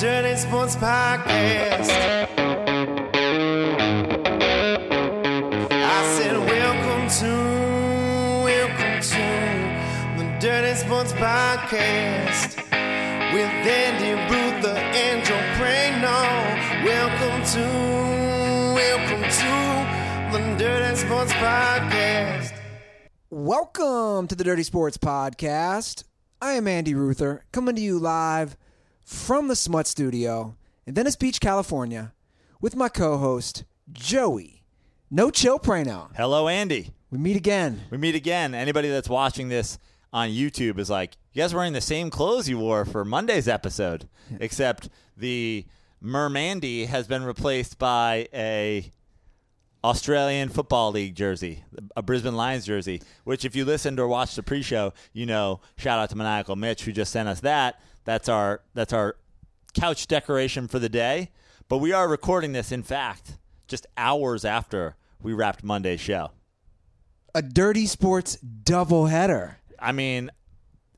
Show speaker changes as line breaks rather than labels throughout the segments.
Someone's Podcast. I said, Welcome to, welcome to the Dirty Sports Podcast with Andy Ruther and Joe Prano. Welcome to, welcome to the Dirty Sports Podcast.
Welcome to the Dirty Sports Podcast. I am Andy Ruther, coming to you live from the Smut Studio in Venice Beach, California, with my co host, Joey. No chill prano.
Hello, Andy.
We meet again.
We meet again. Anybody that's watching this on YouTube is like, you guys wearing the same clothes you wore for Monday's episode, except the Mermandy has been replaced by a Australian Football League jersey, a Brisbane Lions jersey. Which, if you listened or watched the pre-show, you know, shout out to Maniacal Mitch who just sent us that. That's our that's our couch decoration for the day. But we are recording this, in fact, just hours after we wrapped Monday's show.
A Dirty Sports doubleheader.
I mean,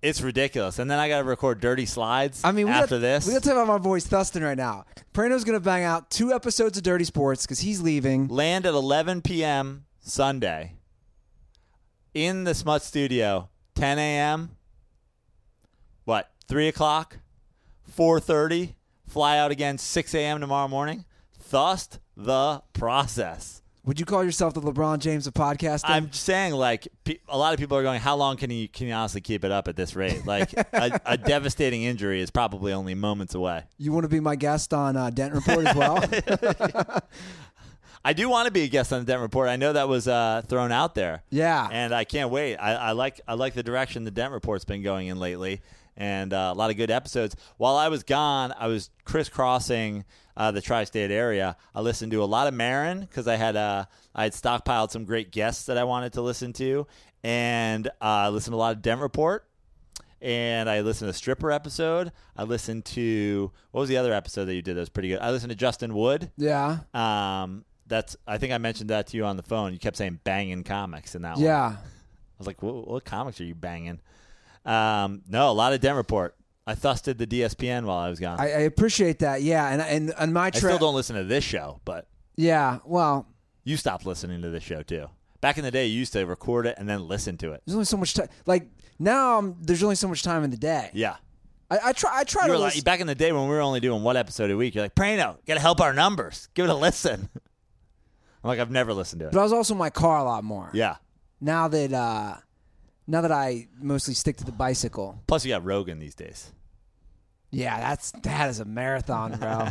it's ridiculous. And then I got to record dirty slides.
I mean, we
after
got,
this,
we got to talk about my boys Thustin right now. Prano's going to bang out two episodes of Dirty Sports because he's leaving.
land at 11 p.m. Sunday in the Smut Studio, 10 a.m. What? Three o'clock, 4:30. Fly out again 6 a.m. tomorrow morning. Thust the process.
Would you call yourself the LeBron James of podcasting?
I'm just saying, like, pe- a lot of people are going, how long can you can you honestly keep it up at this rate? Like, a, a devastating injury is probably only moments away.
you want to be my guest on uh, Dent Report as well?
I do want to be a guest on the Dent Report. I know that was uh, thrown out there.
Yeah.
and I can't wait. I, I like I like the direction the Dent Report's been going in lately, and uh, a lot of good episodes. While I was gone, I was crisscrossing uh, the tri-state area. I listened to a lot of Marin because I had uh, I had stockpiled some great guests that I wanted to listen to, and uh, I listened to a lot of Dent Report. And I listened to a stripper episode. I listened to what was the other episode that you did that was pretty good. I listened to Justin Wood.
yeah.
Um, that's I think I mentioned that to you on the phone. You kept saying banging comics in that one.
Yeah.
I was like, what, what comics are you banging? Um, no, a lot of Dent Report. I thusted the DSPN while I was gone.
I,
I,
I appreciate that. Yeah, and and on my
still
trip,
don't listen to this show, but
yeah. Well,
you stopped listening to this show too. Back in the day, you used to record it and then listen to it.
there's only so much time. Like now, um, there's only so much time in the day.
Yeah.
I, I try. I try
You
to.
were like,
listen-
back in the day when we were only doing one episode a week, you're like, Prano, got to help our numbers. Give it a listen. I'm like, I've never listened to it.
but I was also in my car a lot more.
Yeah.
Now that uh, now that I mostly stick to the bicycle.
Plus, you got Rogan these days.
Yeah, that's that is a marathon, bro.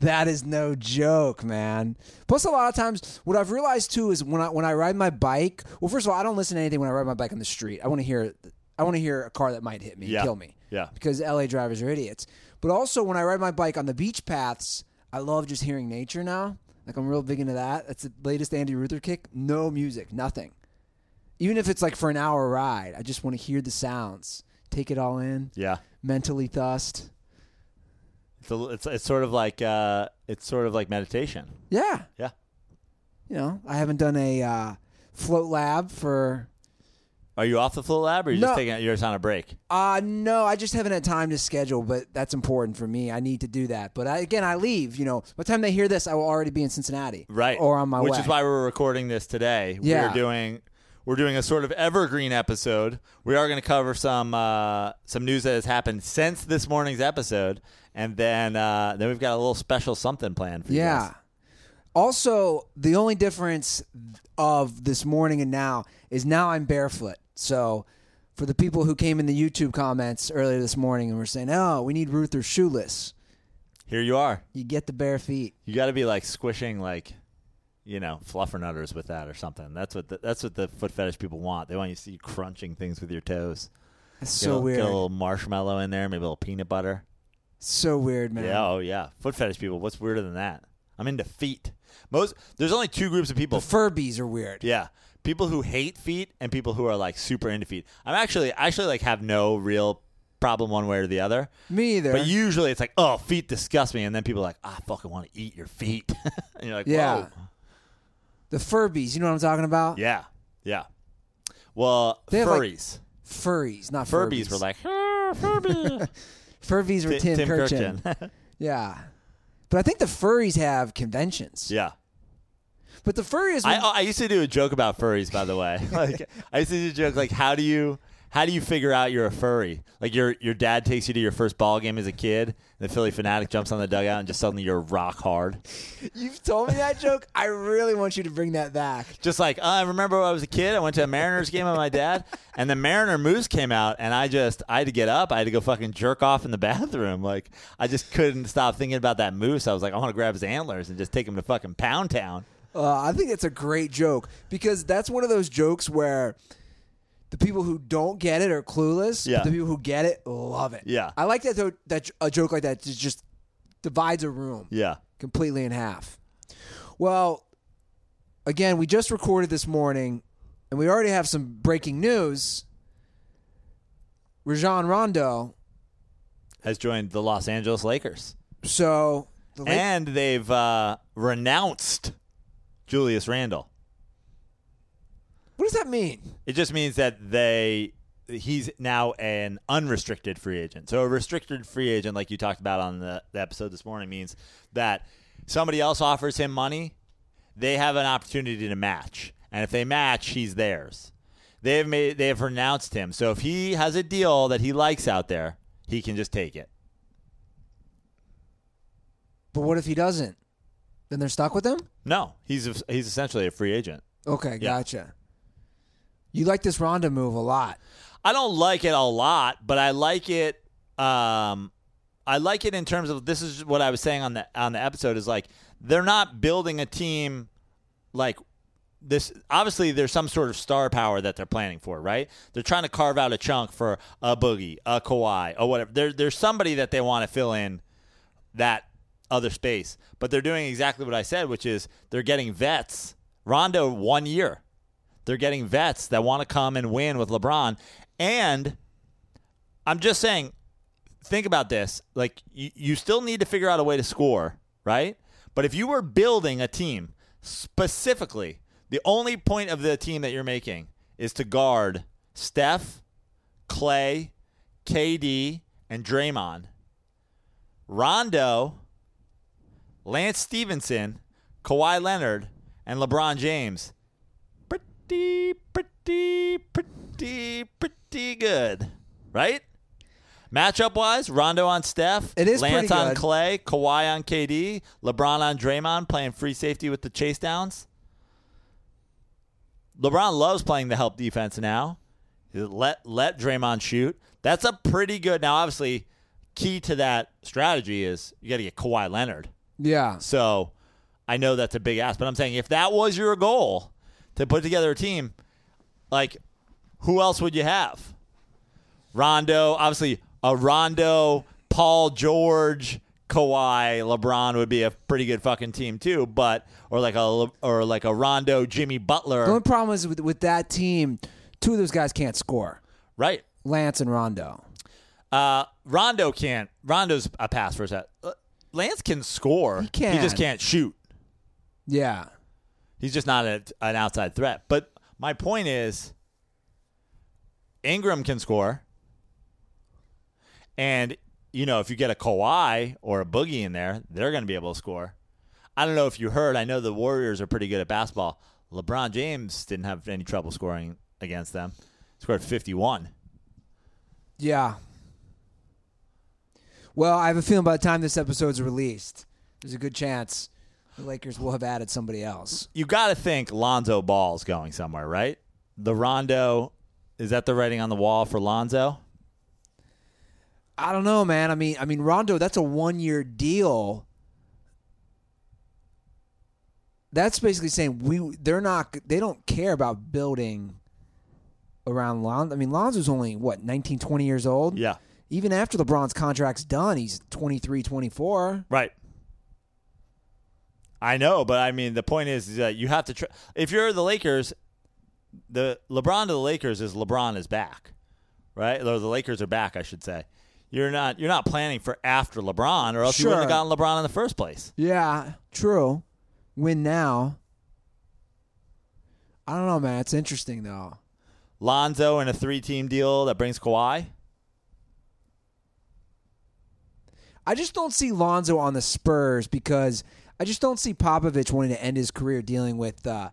that is no joke, man. Plus, a lot of times, what I've realized too is when I when I ride my bike. Well, first of all, I don't listen to anything when I ride my bike on the street. I want to hear. I want to hear a car that might hit me, and
Yeah.
kill me.
Yeah.
because LA drivers are idiots. But also, when I ride my bike on the beach paths, I love just hearing nature now. Like I'm real big into that. That's the latest Andy Ruther kick. No music, nothing. Even if it's like for an hour ride, I just want to hear the sounds, take it all in,
Yeah.
mentally thust.
It's, a, it's, it's sort of like uh, it's sort of like meditation.
Yeah,
Yeah.
you know, I haven't done a uh, float lab for.
Are you off the float lab or are you
No.
just taking out yours on a break?
Uh, no, I just haven't had time to schedule, but that's important for me. I need to do that. But I, again, I leave. You know, by the time they hear this, I will already be in Cincinnati,
right
Or on my
which
way.
is why we're recording this today
Yeah.
we're doing we're doing a sort of evergreen episode we are going to cover some uh, some news that has happened since this morning's episode and then uh, then we've got a little special something planned for you
Yeah.
guys.
Also, the only difference of this morning and now is now I'm barefoot. So, for the people who came in the YouTube comments earlier this morning and were saying, "Oh, we need Ruther shoeless,"
here you are
you get the bare feet.
you got to be like squishing like you know fluffernutters with that or something that's what the, that's what the foot fetish people want they want you to see you crunching things with your toes
That's
get,
so
a, little-
weird.
get a little marshmallow in there maybe a little peanut butter
so weird, man.
Yeah, oh yeah. Foot fetish people, what's weirder than that? I'm into feet. Most there's only two groups of
The
people.
Furbies are weird.
yeah. People who hate feet and people who are like super into feet. I'm actually I actually like have no real problem one way or the other.
Me either.
But usually it's like, oh, feet disgust me, and then people are like, I fucking want to eat your feet. and you're like,
Yeah.
whoa.
the Furbies, you know what I'm talking about?
Yeah. Yeah. Well,
They have, like,
furries.
Furries, not
Furbies
Furbies.
were like, "Ah, Furby.
Furbies were
Ti-
Tim, Kirchin.
Kirchin.
Yeah. But I think the furries have conventions.
Yeah.
But the furries,
I, I used to do a joke about furries, by the way. Like I used to do a joke like, how do you how do you figure out you're a furry? Like your your dad takes you to your first ball game as a kid, and the Philly fanatic jumps on the dugout, and just suddenly you're rock hard.
you've told me that joke. I really want you to bring that back.
Just like I remember when I was a kid, I went to a Mariners game with my dad, and the Mariner moves came out, and I just I had to get up, I had to go fucking jerk off in the bathroom. Like I just couldn't stop thinking about that moose. I was like, I want to grab his antlers and just take him to fucking Pound Town.
Uh, I think it's a great joke because that's one of those jokes where the people who don't get it are clueless.
Yeah.
But the people who get it love it.
Yeah.
I like that though. That a joke like that just- just divides a room
Yeah,
completely in half. Well, again, we just recorded this morning, and we already have some breaking news. Rajon Rondo.
has joined the Los Angeles Lakers.
So the Lake-
and they've uh, renounced Julius Randle.
what does that mean?
It just means that they he's now an unrestricted free agent. So a restricted free agent, like you talked about on the, the episode this morning, means that somebody else offers him money, they have an opportunity to match, and if they match, he's theirs. They have made they have renounced him. So if he has a deal that he likes out there, he can just take it.
But what if he doesn't? Then they're stuck with him.
No, he's a, he's essentially a free agent.
Okay,
Yeah.
gotcha. You like this Ronda move a lot.
I don't like it a lot, but I like it. Um, I like it in terms of this is what I was saying on the on the episode is like they're not building a team like this. Obviously, there's some sort of star power that they're planning for, right? They're trying to carve out a chunk for a Boogie, a Kawhi, or whatever. There, there's somebody that they want to fill in that other space, but they're doing exactly what I said, which is they're getting vets. Rondo one year. They're getting vets that want to come and win with LeBron. And I'm just saying, think about this. Like, you, you still need to figure out a way to score, right? But if you were building a team specifically, the only point of the team that you're making is to guard Steph, Clay, KD, and Draymond. Rondo, Lance Stevenson, Kawhi Leonard, and LeBron James pretty, pretty, pretty, pretty good, right? Matchup wise, Rondo on Steph,
It is
Lance
pretty
on
good.
Clay, Kawhi on KD, LeBron on Draymond playing free safety with the chase downs. LeBron loves playing the help defense now. Let let Draymond shoot. That's a pretty good. Now, obviously, key to that strategy is you got to get Kawhi Leonard.
Yeah.
So I know that's a big ask, but I'm saying if that was your goal to put together a team, like who else would you have? Rondo, obviously a Rondo, Paul George, Kawhi, LeBron would be a pretty good fucking team too, but or like a Le- or like a Rondo, Jimmy
The
Butler,
only problem is with, with that team, two of those guys can't score
right?
Lance and Rondo.
Uh, Rondo can't. Rondo's a pass for a set. Uh, Lance can score. He He
can.
just can't shoot.
Yeah.
He's just not a, an outside threat. But my point is, Ingram can score, and you know if you get a Kawhi or a Boogie in there, they're going to be able to score. I don't know if you heard. I know the Warriors are pretty good at basketball. LeBron James didn't have any trouble scoring against them. Scored fifty-one.
Yeah. Well, I have a feeling by the time this episode's released, there's a good chance the Lakers will have added somebody else.
You got to think Lonzo Ball's going somewhere, right? The Rondo is that the writing on the wall for Lonzo?
I don't know, man. I mean, I mean Rondo, that's a one-year deal. That's basically saying we they're not they don't care about building around Lonzo. I mean, Lonzo's only what 19, 20 years old.
Yeah,
Even after LeBron's contract's done, he's 23, 24.
Right. I know, but I mean, the point is, is that you have to. Tr- if you're the Lakers, the LeBron to the Lakers is LeBron is back, right? Or the Lakers are back, I should say. You're not you're not planning for after LeBron, or else you wouldn't have
Sure.
gotten LeBron in the first place.
Yeah, true. Win now. I don't know, man. It's interesting though.
Lonzo in a three team deal that brings Kawhi.
I just don't see Lonzo on the Spurs because I just don't see Popovich wanting to end his career dealing with, uh,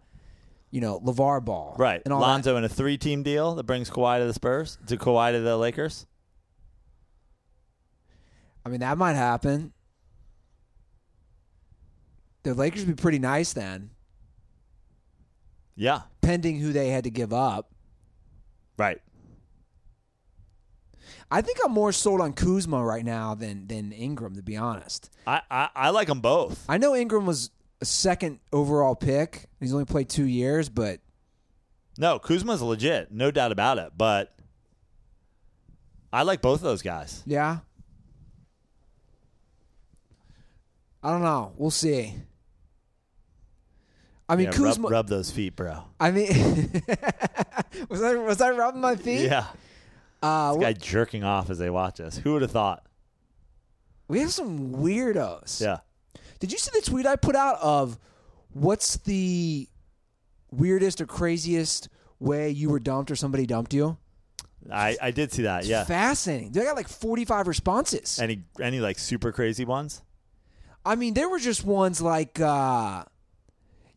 you know, LeVar Ball.
Right.
And all that.
Lonzo in a three team deal that brings Kawhi to the Spurs, to Kawhi to the Lakers.
I mean, that might happen. The Lakers would be pretty nice then,
Yeah.
pending who they had to give up.
Right.
I think I'm more sold on Kuzma right now than than Ingram, to be honest.
I, I, I like them both.
I know Ingram was a second overall pick. He's only played two years, but
No, Kuzma's legit, no doubt about it. But I like both of those guys.
yeah. I don't know. We'll see. I mean,
Yeah, rub,
Kuzma.
rub those feet, bro.
I mean, was I was I rubbing my feet?
Yeah,
Uh,
guy jerking off as they watch us. Who would have thought?
we have some weirdos.
Yeah,
Did you see the tweet I put out of what's the weirdest or craziest way you were dumped or somebody dumped you?
I, I did see that. Yeah,
Fascinating. Dude, I got like 45 responses.
any any like super crazy ones?
I mean, there were just ones like, uh,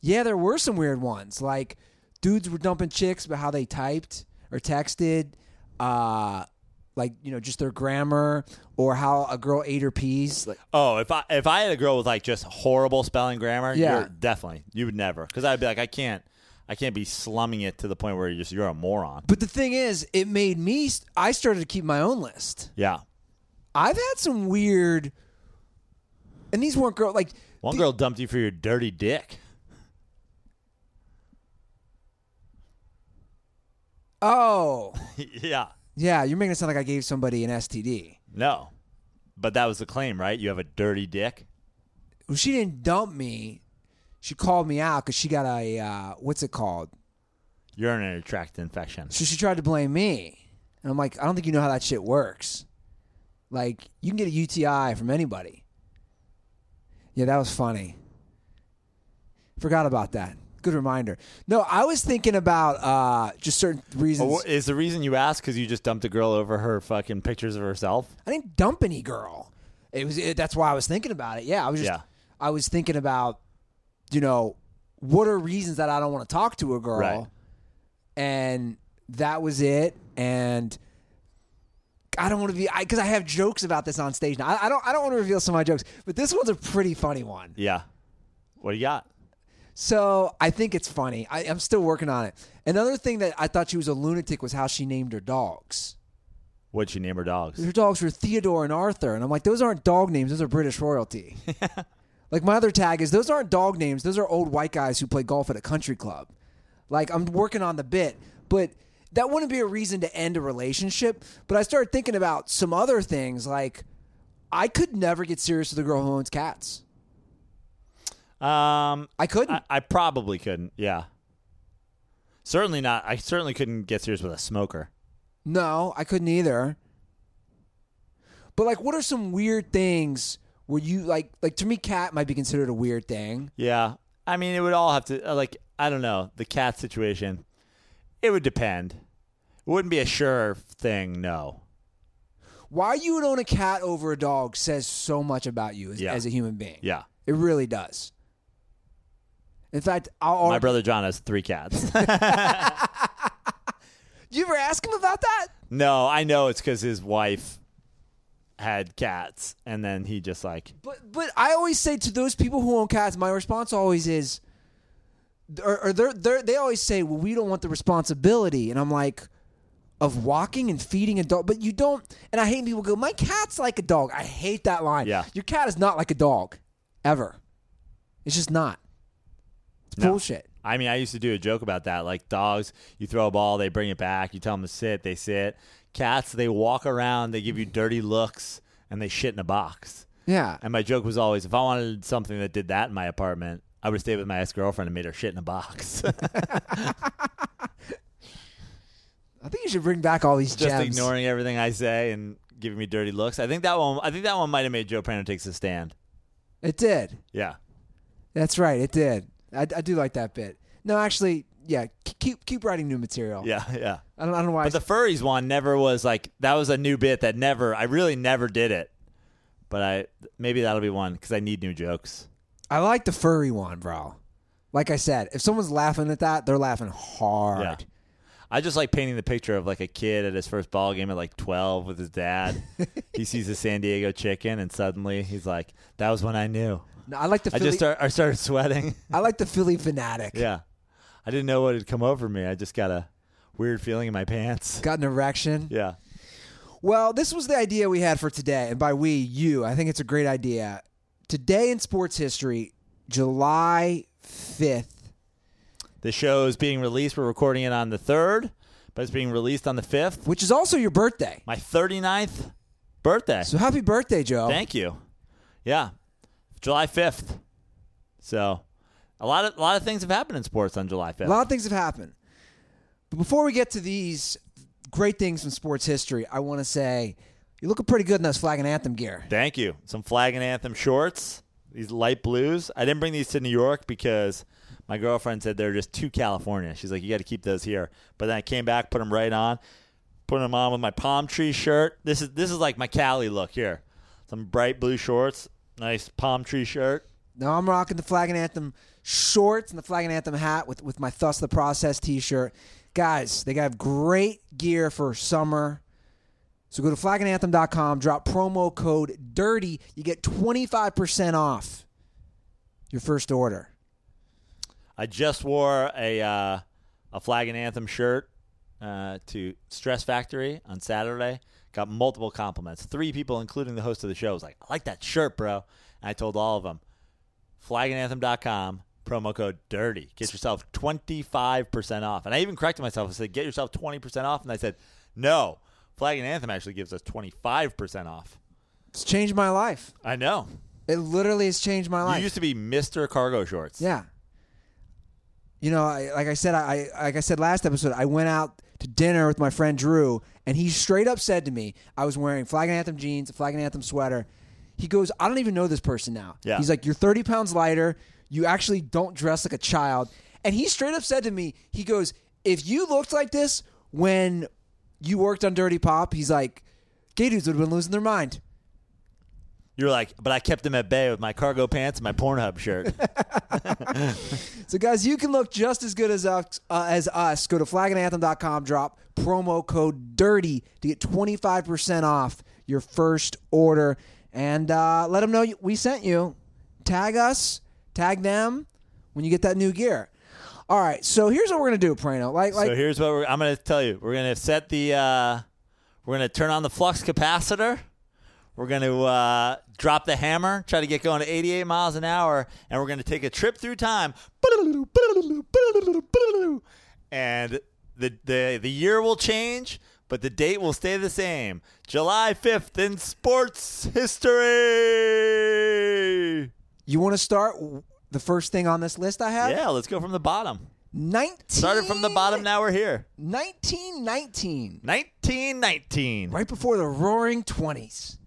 yeah, there were some weird ones. Like, dudes were dumping chicks about how they typed or texted, uh, like, you know, just their grammar or how a girl ate her peas. Like,
Oh, if I if I had a girl with like just horrible spelling grammar,
Yeah.
you're definitely you would never because I'd be like I can't I can't be slumming it to the point where you're just you're a moron.
but the thing is, it made me, st- I started to keep my own list.
Yeah,
I've had some weird, and these weren't girl like
one
the-
girl dumped you for your dirty dick.
Oh,
yeah,
yeah, you're making it sound like I gave somebody an STD.
no, but that was the claim, right? You have a dirty dick.
Well, she didn't dump me. She called me out because she got a uh, what's it called?
urinary tract infection.
So she tried to blame me, and I'm like, I don't think you know how that shit works. Like, you can get a UTI from anybody. Yeah, that was funny. Forgot about that. Good reminder. No, I was thinking about uh, just certain reasons.
Oh, is the reason you asked because you just dumped a girl over her fucking pictures of herself?
I didn't dump any girl. It was it, that's why I was thinking about it. Yeah, I was just
Yeah.
I was thinking about you know what are reasons that I don't want to talk to a girl,
Right.
and that was it. And I don't want to be because I, have jokes about this on stage. Now I, I don't I don't want to reveal some of my jokes, but this one's a pretty funny one.
Yeah. What do you got?
So I think it's funny. I, I'm still working on it. Another thing that I thought she was a lunatic was how she named her dogs.
What'd she name her dogs?
Her dogs were Theodore and Arthur. And I'm like, those aren't dog names. Those are British royalty. like, my other tag is, those aren't dog names. Those are old white guys who play golf at a country club. Like, I'm working on the bit, but that wouldn't be a reason to end a relationship. But I started thinking about some other things. Like, I could never get serious with a girl who owns cats.
Um,
I couldn't.
I, I probably couldn't. Yeah. Certainly not. I certainly couldn't get serious with a smoker.
No, I couldn't either. But like, what are some weird things where you like? Like to me, cat might be considered a weird thing.
Yeah. I mean, it would all have to, uh, like, I don't know, the cat situation. It would depend. It wouldn't be a sure thing, no.
Why you would own a cat over a dog says so much about you as,
Yeah.
as a human being.
Yeah.
It really does. In fact, I'll.
My brother John has three cats.
you ever ask him about that?
no, I know it's because his wife had cats, and then he just, like,
But but I always say to those people who own cats, my response always is, or, or they're, they're, they always say, well, we don't want the responsibility, and I'm like, of walking and feeding a dog, but you don't. And I hate when people go, my cat's like a dog. I hate that line.
Yeah.
your cat is not like a dog, ever. It's just not. It's
No.
bullshit.
I mean, I used to do a joke about that. Like dogs, you throw a ball, they bring it back. You tell them to sit, they sit. Cats, they walk around, they give you dirty looks, and they shit in a box.
Yeah.
And my joke was always, if I wanted something that did that in my apartment, I would stay with my ex girlfriend and made her shit in a box.
I think you should bring back all these
Just
gems.
ignoring everything I say and giving me dirty looks. I think that one. I think that one might have made Joe Prano takes a stand.
It did.
Yeah,
That's right. It did. I, I do like that bit. No, actually, yeah. k- Keep keep writing new material.
yeah, yeah.
I don't, I don't know why. I
But the furries one never was like that was a new bit that never I really never did it. But I maybe that'll be one because I need new jokes.
I like the furry one, bro. Like I said, if someone's laughing at that, they're laughing hard.
Yeah. I just like painting the picture of like a kid at his first ball game at like 12 with his dad. he sees the San Diego chicken and suddenly he's like, "That was when I knew."
No, I like the
I
Philly, I,
just start, I started sweating.
like the Philly fanatic.
yeah. I didn't know what had come over me. I just got a weird feeling in my pants.
Got an erection.
Yeah.
Well, this was the idea we had for today, and by we, you. I think it's a great idea. Today in sports history, July fifth.
The show is being released. We're recording it on the 3rd, but it's being released on the 5th.
which is also your birthday.
My 39th birthday.
So happy birthday, Joe.
Thank you. Yeah. July 5th. So, a lot of a lot of things have happened in sports on July 5th.
A lot of things have happened. But before we get to these great things from sports history, I want to say you're looking pretty good in those flag and anthem gear.
Thank you. Some flag and anthem shorts. These light blues. I didn't bring these to New York because my girlfriend said they're just too California. She's like, you got to keep those here. But then I came back, put them right on, put them on with my palm tree shirt. This is this is like my Cali look here. Some bright blue shorts, nice palm tree shirt.
Now I'm rocking the flag and anthem shorts and the flag and anthem hat with, with my Thus the Process t shirt. Guys, they got great gear for summer. So go to flagandanthem.com, drop promo code DIRTY. You get 25% off your first order.
I just wore a uh, a flag and anthem shirt uh, to Stress Factory on Saturday. Got multiple compliments. Three people, including the host of the show, was like, "I like that shirt, bro." And I told all of them, flagandanthem.com promo code dirty get yourself 25% off and i even corrected myself i said get yourself 20% off and i said no flag and anthem actually gives us 25% off
It's changed my life.
i know
It literally has changed my life.
you used to be mr cargo shorts
Yeah. You know, I, like I said, I, I like I said last episode, I went out to dinner with my friend Drew, and he straight up said to me, I was wearing flag and anthem jeans, a flag and anthem sweater. He goes, I don't even know this person now.
Yeah.
He's like, you're 30 pounds lighter. You actually don't dress like a child. And he straight up said to me, he goes, if you looked like this when you worked on Dirty Pop, he's like, gay dudes would have been losing their mind.
you were like but i kept them at bay with my cargo pants and my pornhub shirt
So, guys, you can look just as good as us. Uh, as us. Go to flagandanthem.com, drop promo code DIRTY to get 25% off your first order. And uh, let them know you- we sent you. Tag us, tag them when you get that new gear. All right, so here's what we're going to do, Prano. Like, like
so here's what we're, I'm going to tell you. We're going to set the. Uh, we're going to turn on the flux capacitor. We're going to uh, drop the hammer, try to get going to 88 miles an hour, and we're going to take a trip through time. And the the the year will change, but the date will stay the same. July 5th in sports history.
you want to start w- the first thing on this list I have?
Yeah, let's go from the bottom.
19.
Started from the bottom. Now we're here.
1919.
1919.
right before the roaring 20s.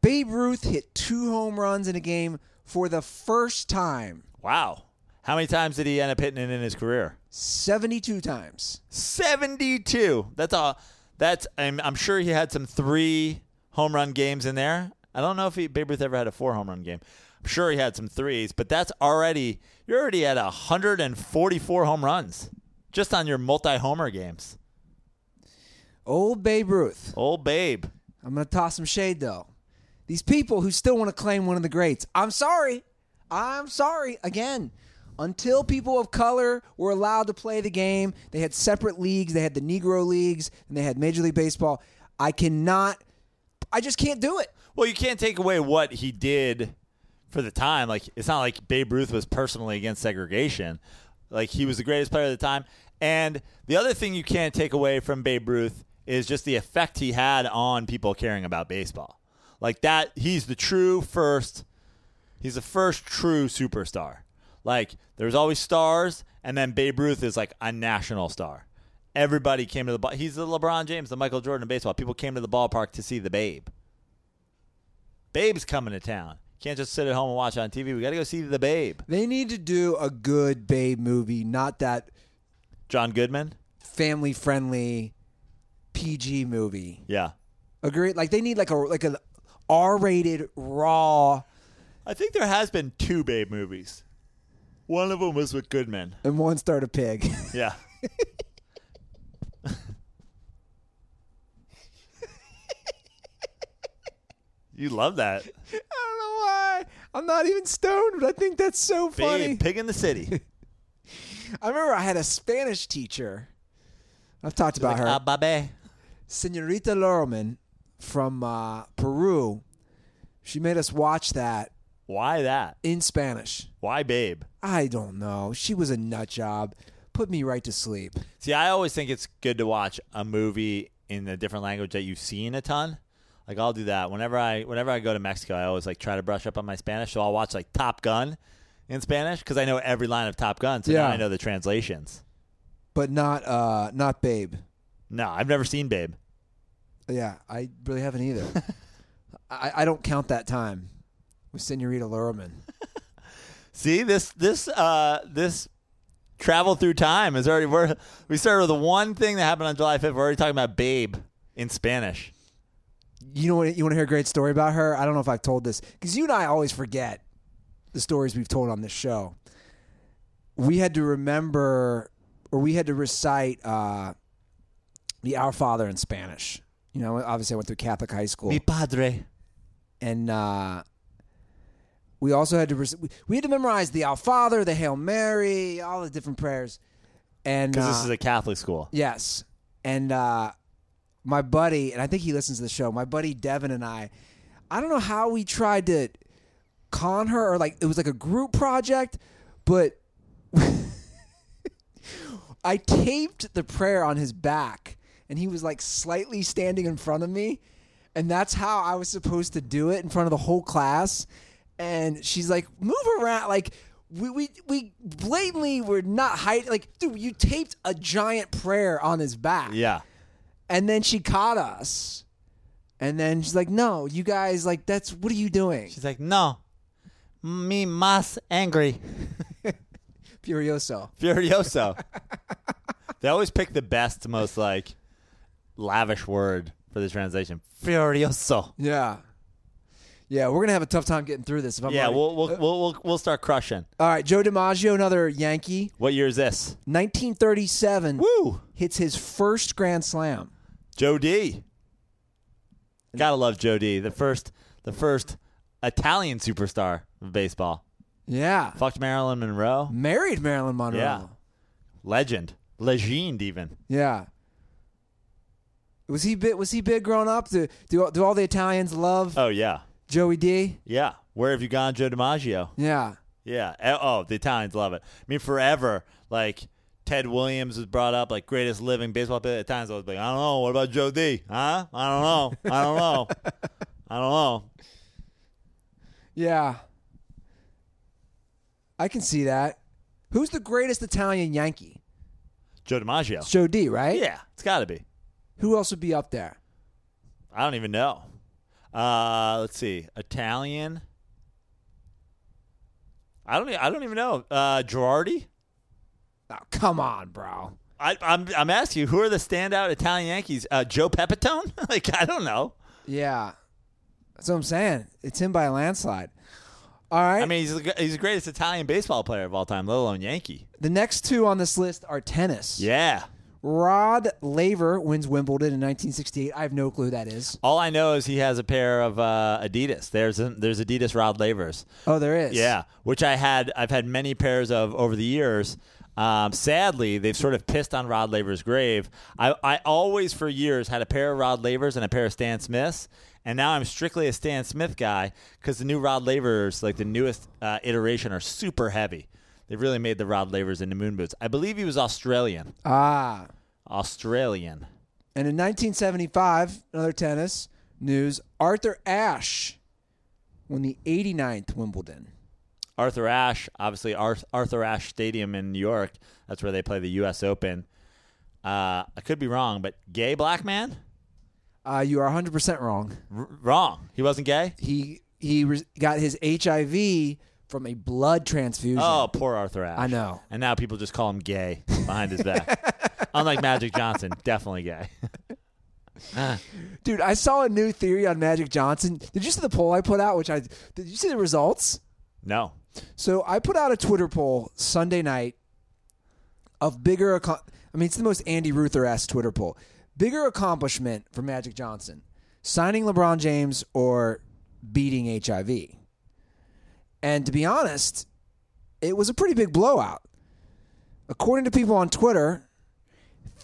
Babe Ruth hit two home runs in a game for the first time,
Wow. How many times did he end up hitting it in his career?
72 times.
72. That's a that's I'm, I'm sure he had some 3 home run games in there. I don't know if he Babe Ruth ever had a 4 home run game. I'm sure he had some threes, but that's already you're already at 144 home runs just on your multi-homer games.
Old Babe Ruth.
Old Babe.
I'm going to toss some shade though. These people who still want to claim one of the greats. I'm sorry. I'm sorry. Again, until people of color were allowed to play the game, they had separate leagues. They had the Negro leagues and they had Major League Baseball. I cannot, I just can't do it.
Well, you can't take away what he did for the time. Like it's not like Babe Ruth was personally against segregation. Like he was the greatest player of the time. And the other thing you can't take away from Babe Ruth is just the effect he had on people caring about baseball. Like that he's the true first he's the first true superstar. Like there's always stars and then Babe Ruth is like a national star. Everybody came to the ball. He's the LeBron James, the Michael Jordan of baseball. People came to the ballpark to see the Babe. Babe's coming to town. Can't just sit at home and watch on TV. We got to go see the Babe.
They need to do a good Babe movie, not that
John Goodman.
family friendly PG movie.
Yeah,
Agreed. Like they need like a like an R-rated, raw,
I think there has been two Babe movies. One of them was with Goodman.
and one starred a pig.
Yeah. you love that.
I don't know why. I'm not even stoned, but I think that's so funny.
Babe, Pig in the City.
I remember I had a Spanish teacher. I've talked about
Like,
her.
ah, babe.
Senorita Lorelman from uh, Peru. She made us watch that
Why that?
in Spanish.
Why Babe?
I don't know. She was a nut job. Put me right to sleep.
See, I always think it's good to watch a movie in a different language that you've seen a ton. Like I'll do that whenever I whenever I go to Mexico. I always like try to brush up on my Spanish, so I'll watch like Top Gun in Spanish because I know every line of Top Gun, so
Yeah.
now I know the translations.
But not uh not babe.
No, I've never seen Babe.
Yeah, I really haven't either. I, I don't count that time with Senorita Lorelman.
See this this uh this travel through time is already we're, we started with the one thing that happened on July 5th. We're already talking about Babe in Spanish.
You know what you want to hear a great story about her? I don't know if I've told this because you and I always forget the stories we've told on this show. We had to remember, or we had to recite uh, the Our Father in Spanish. You know, obviously I went through Catholic high school,
Mi padre.
and uh, we also had to rec- we- we had to memorize the Our Father, the Hail Mary, all the different prayers. And
Because
uh,
this is a Catholic school.
Yes. And uh, my buddy, and I think he listens to the show, my buddy Devin and I, I don't know how we tried to con her or like it was like a group project, but I taped the prayer on his back and he was like slightly standing in front of me. And that's how I was supposed to do it in front of the whole class. And she's like, move around. Like, we, we, we blatantly were not hiding. Like, dude, you taped a giant prayer on his back.
Yeah.
And then she caught us. And then she's like, no, you guys, like, that's what are you doing?
She's like, no, me más angry.
Furioso.
Furioso. they always pick the best, most like lavish word for the translation. Furioso.
Yeah. Yeah, we're going to have a tough time getting through this. If I'm
Yeah,
right.
we'll, we'll, we'll, we'll, we'll start crushing.
All right, Joe DiMaggio, another Yankee.
What year is this?
1937
Woo!
hits his first grand slam.
Joe D. Gotta love Joe D. The first, the first Italian superstar of baseball.
Yeah.
Fucked Marilyn Monroe.
Married Marilyn Monroe.
Yeah. Legend. Legend, even.
Yeah. Was he big? Was he big growing up? Do do, do all the Italians love
Oh, yeah.
Joey D?
Yeah. Where have you gone, Joe DiMaggio?
Yeah.
Yeah. Eh, Oh, the Italians love it. I mean, forever, like Ted Williams was brought up, like greatest living baseball player. The Italians always be like, I don't know. What about Joe D? Huh? I don't know. I don't know. I don't know.
Yeah. I can see that. Who's the greatest Italian Yankee?
Joe DiMaggio.
Joe D, right?
Yeah, it's got to be.
Who else would be up there?
I don't even know. Uh, let's see, Italian. I don't. e- I don't even know. Uh, Girardi.
Oh, come on, bro.
I, I'm. I'm asking you, who are the standout Italian Yankees? Uh, Joe Pepitone. like I don't know.
Yeah. That's what I'm saying. It's him by a landslide. All right.
I mean, he's the- he's the greatest Italian baseball player of all time, let alone Yankee.
the next two on this list are tennis.
Yeah.
Rod Laver wins Wimbledon in 1968. I have no clue who that is.
All I know is he has a pair of uh, Adidas. There's there's Adidas Rod Lavers.
Oh, there is.
Yeah, which I had. I've had many pairs of over the years. Um, sadly, they've sort of pissed on Rod Laver's grave. I, I always, for years, had a pair of Rod Lavers and a pair of Stan Smiths, and now I'm strictly a Stan Smith guy because the new Rod Lavers, like the newest uh, iteration, are super heavy. They really made the Rod Lavers into moon boots. I believe he was Australian.
Ah.
Australian.
And in 1975, another tennis news Arthur Ashe won the 89th Wimbledon.
Arthur Ashe, obviously Ar- Arthur Ashe Stadium in New York. That's where they play the U.S. Open. Uh, I could be wrong, but gay black man?
Uh, you are 100% wrong.
R- wrong. He wasn't gay?
He he re- got his HIV from a blood transfusion.
Oh, poor Arthur Ashe.
I know.
And now people just call him gay behind his back. Unlike Magic Johnson, definitely gay.
Dude, I saw a new theory on Magic Johnson. Did you see the poll I put out? Which I did you see the results?
No.
So I put out a Twitter poll Sunday night of bigger. Ac- I mean, it's the most Andy Ruther esque Twitter poll. Bigger accomplishment for Magic Johnson: signing LeBron James or beating HIV. And to be honest, it was a pretty big blowout. According to people on Twitter,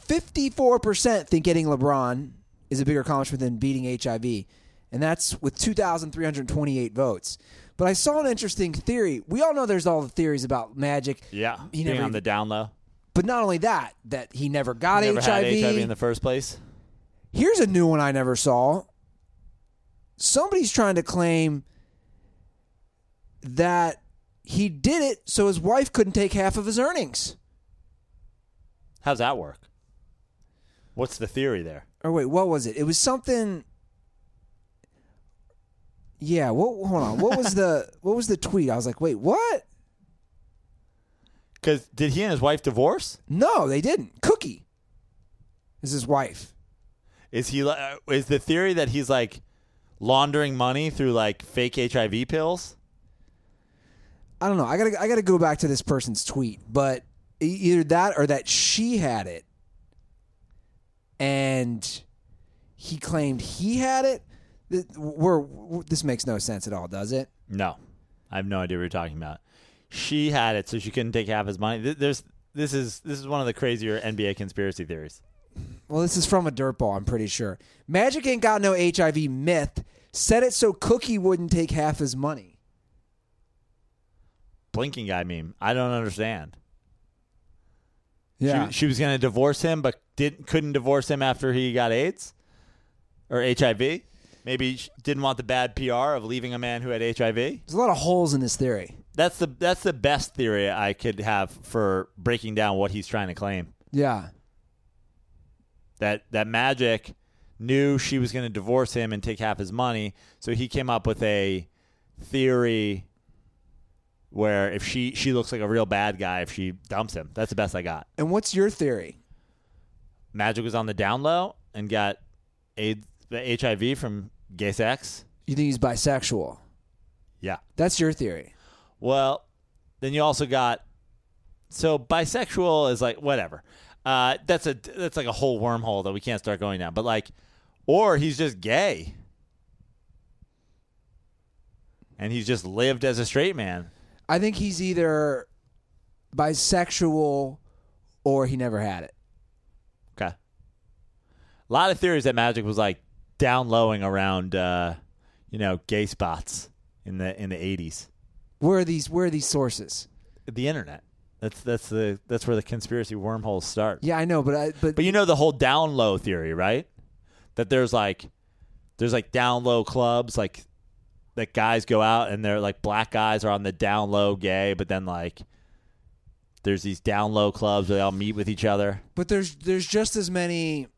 54% think getting LeBron is a bigger accomplishment than beating HIV. And that's with 2,328 votes. But I saw an interesting theory. We all know there's all the theories about Magic.
Yeah.
He
Being
never,
on the down low.
but not only that, that he never got
Never
HIV.
had HIV in the first place.
Here's a new one I never saw. Somebody's trying to claim that he did it so his wife couldn't take half of his earnings.
How's that work? What's the theory there?
or wait, what was it? It was something. Yeah. What? Hold on. What was the? What was the tweet? I was like, wait, what?
Because did he and his wife divorce?
No, they didn't. Cookie is his wife.
Is he? li- uh, Is the theory that he's like laundering money through like fake HIV pills?
I don't know. I gotta. I gotta go back to this person's tweet, but e- either that or that she had it, and he claimed he had it. Th- We're, w this makes no sense at all, does it?
No, I have no idea what you're talking about. She had it, so she couldn't take half his money. Th- There's this is this is one of the crazier NBA conspiracy theories.
Well, this is from a dirtball, I'm pretty sure. Magic ain't got no HIV myth. Said it so Cookie wouldn't take half his money.
Blinking guy meme. I don't understand. She, she was going to divorce him, but didn't couldn't divorce him after he got AIDS or HIV. Maybe she didn't want the bad PR of leaving a man who had HIV.
There's a lot of holes in this theory.
That's the that's the best theory I could have for breaking down what he's trying to claim.
Yeah.
That that Magic knew she was going to divorce him and take half his money, so he came up with a theory where if she she looks like a real bad guy if she dumps him. That's the best I got.
And what's your theory?
Magic was on the down low and got AIDS, the HIV from gay sex.
You think he's bisexual?
Yeah.
That's your theory.
Well, then you also got so bisexual is like whatever. Uh, that's a that's like a whole wormhole that we can't start going down. But like, or he's just gay, and he's just lived as a straight man.
I think he's either bisexual or he never had it.
Okay. A lot of theories that Magic was like down lowing around, uh, you know, gay spots in the in the eighties.
Where are these where are these sources?
The internet. That's that's the that's where the conspiracy wormholes start.
Yeah, I know, but I but,
But you know the whole down low theory, right? That there's like there's like down low clubs like that guys go out and they're like black guys are on the down low gay, but then like there's these down low clubs where they all meet with each other.
but there's there's just as many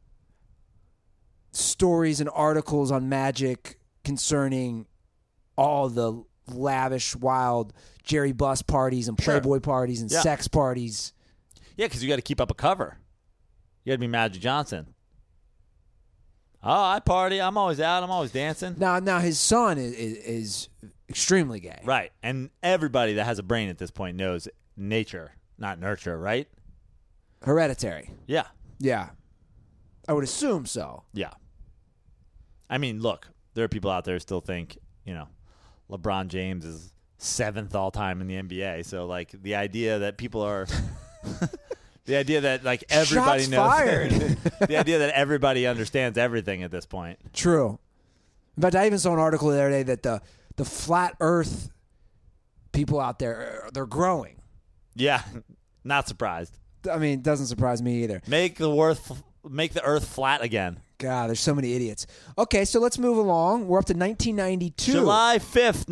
stories and articles on magic concerning all the lavish wild jerry bus parties and
Sure.
playboy parties and
Yeah.
sex parties
Yeah, because you got to keep up a cover. You got to be Magic Johnson. Oh, I party. I'm always out. I'm always dancing.
now now his son is is, is extremely gay
Right. And everybody that has a brain at this point knows nature, not nurture, right?
hereditary
Yeah.
yeah i would assume so
Yeah. I mean, look, there are people out there who still think, you know, LeBron James is seventh all time in the NBA. So, like, the idea that people are. The idea that like everybody
Shots
knows
fired.
the idea that everybody understands everything at this point.
true in fact i even saw an article the other day that the the flat earth people out there uh, they're growing
Yeah. Not surprised.
i mean it doesn't surprise me either
Make the worth make the earth flat again.
God, there's so many idiots. Okay, so let's move along. We're up to 1992.
July 5th,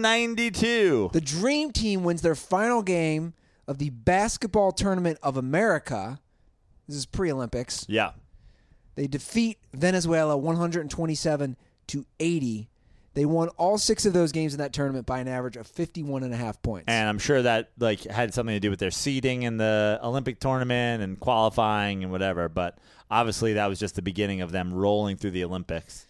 1992.
The Dream Team wins their final game of the Basketball Tournament of America. This is pre Olympics.
Yeah.
They defeat Venezuela 127 to 80. They won all six of those games in that tournament by an average of 51 and a half points.
And I'm sure that like had something to do with their seeding in the Olympic tournament and qualifying and whatever. But obviously, that was just the beginning of them rolling through the Olympics.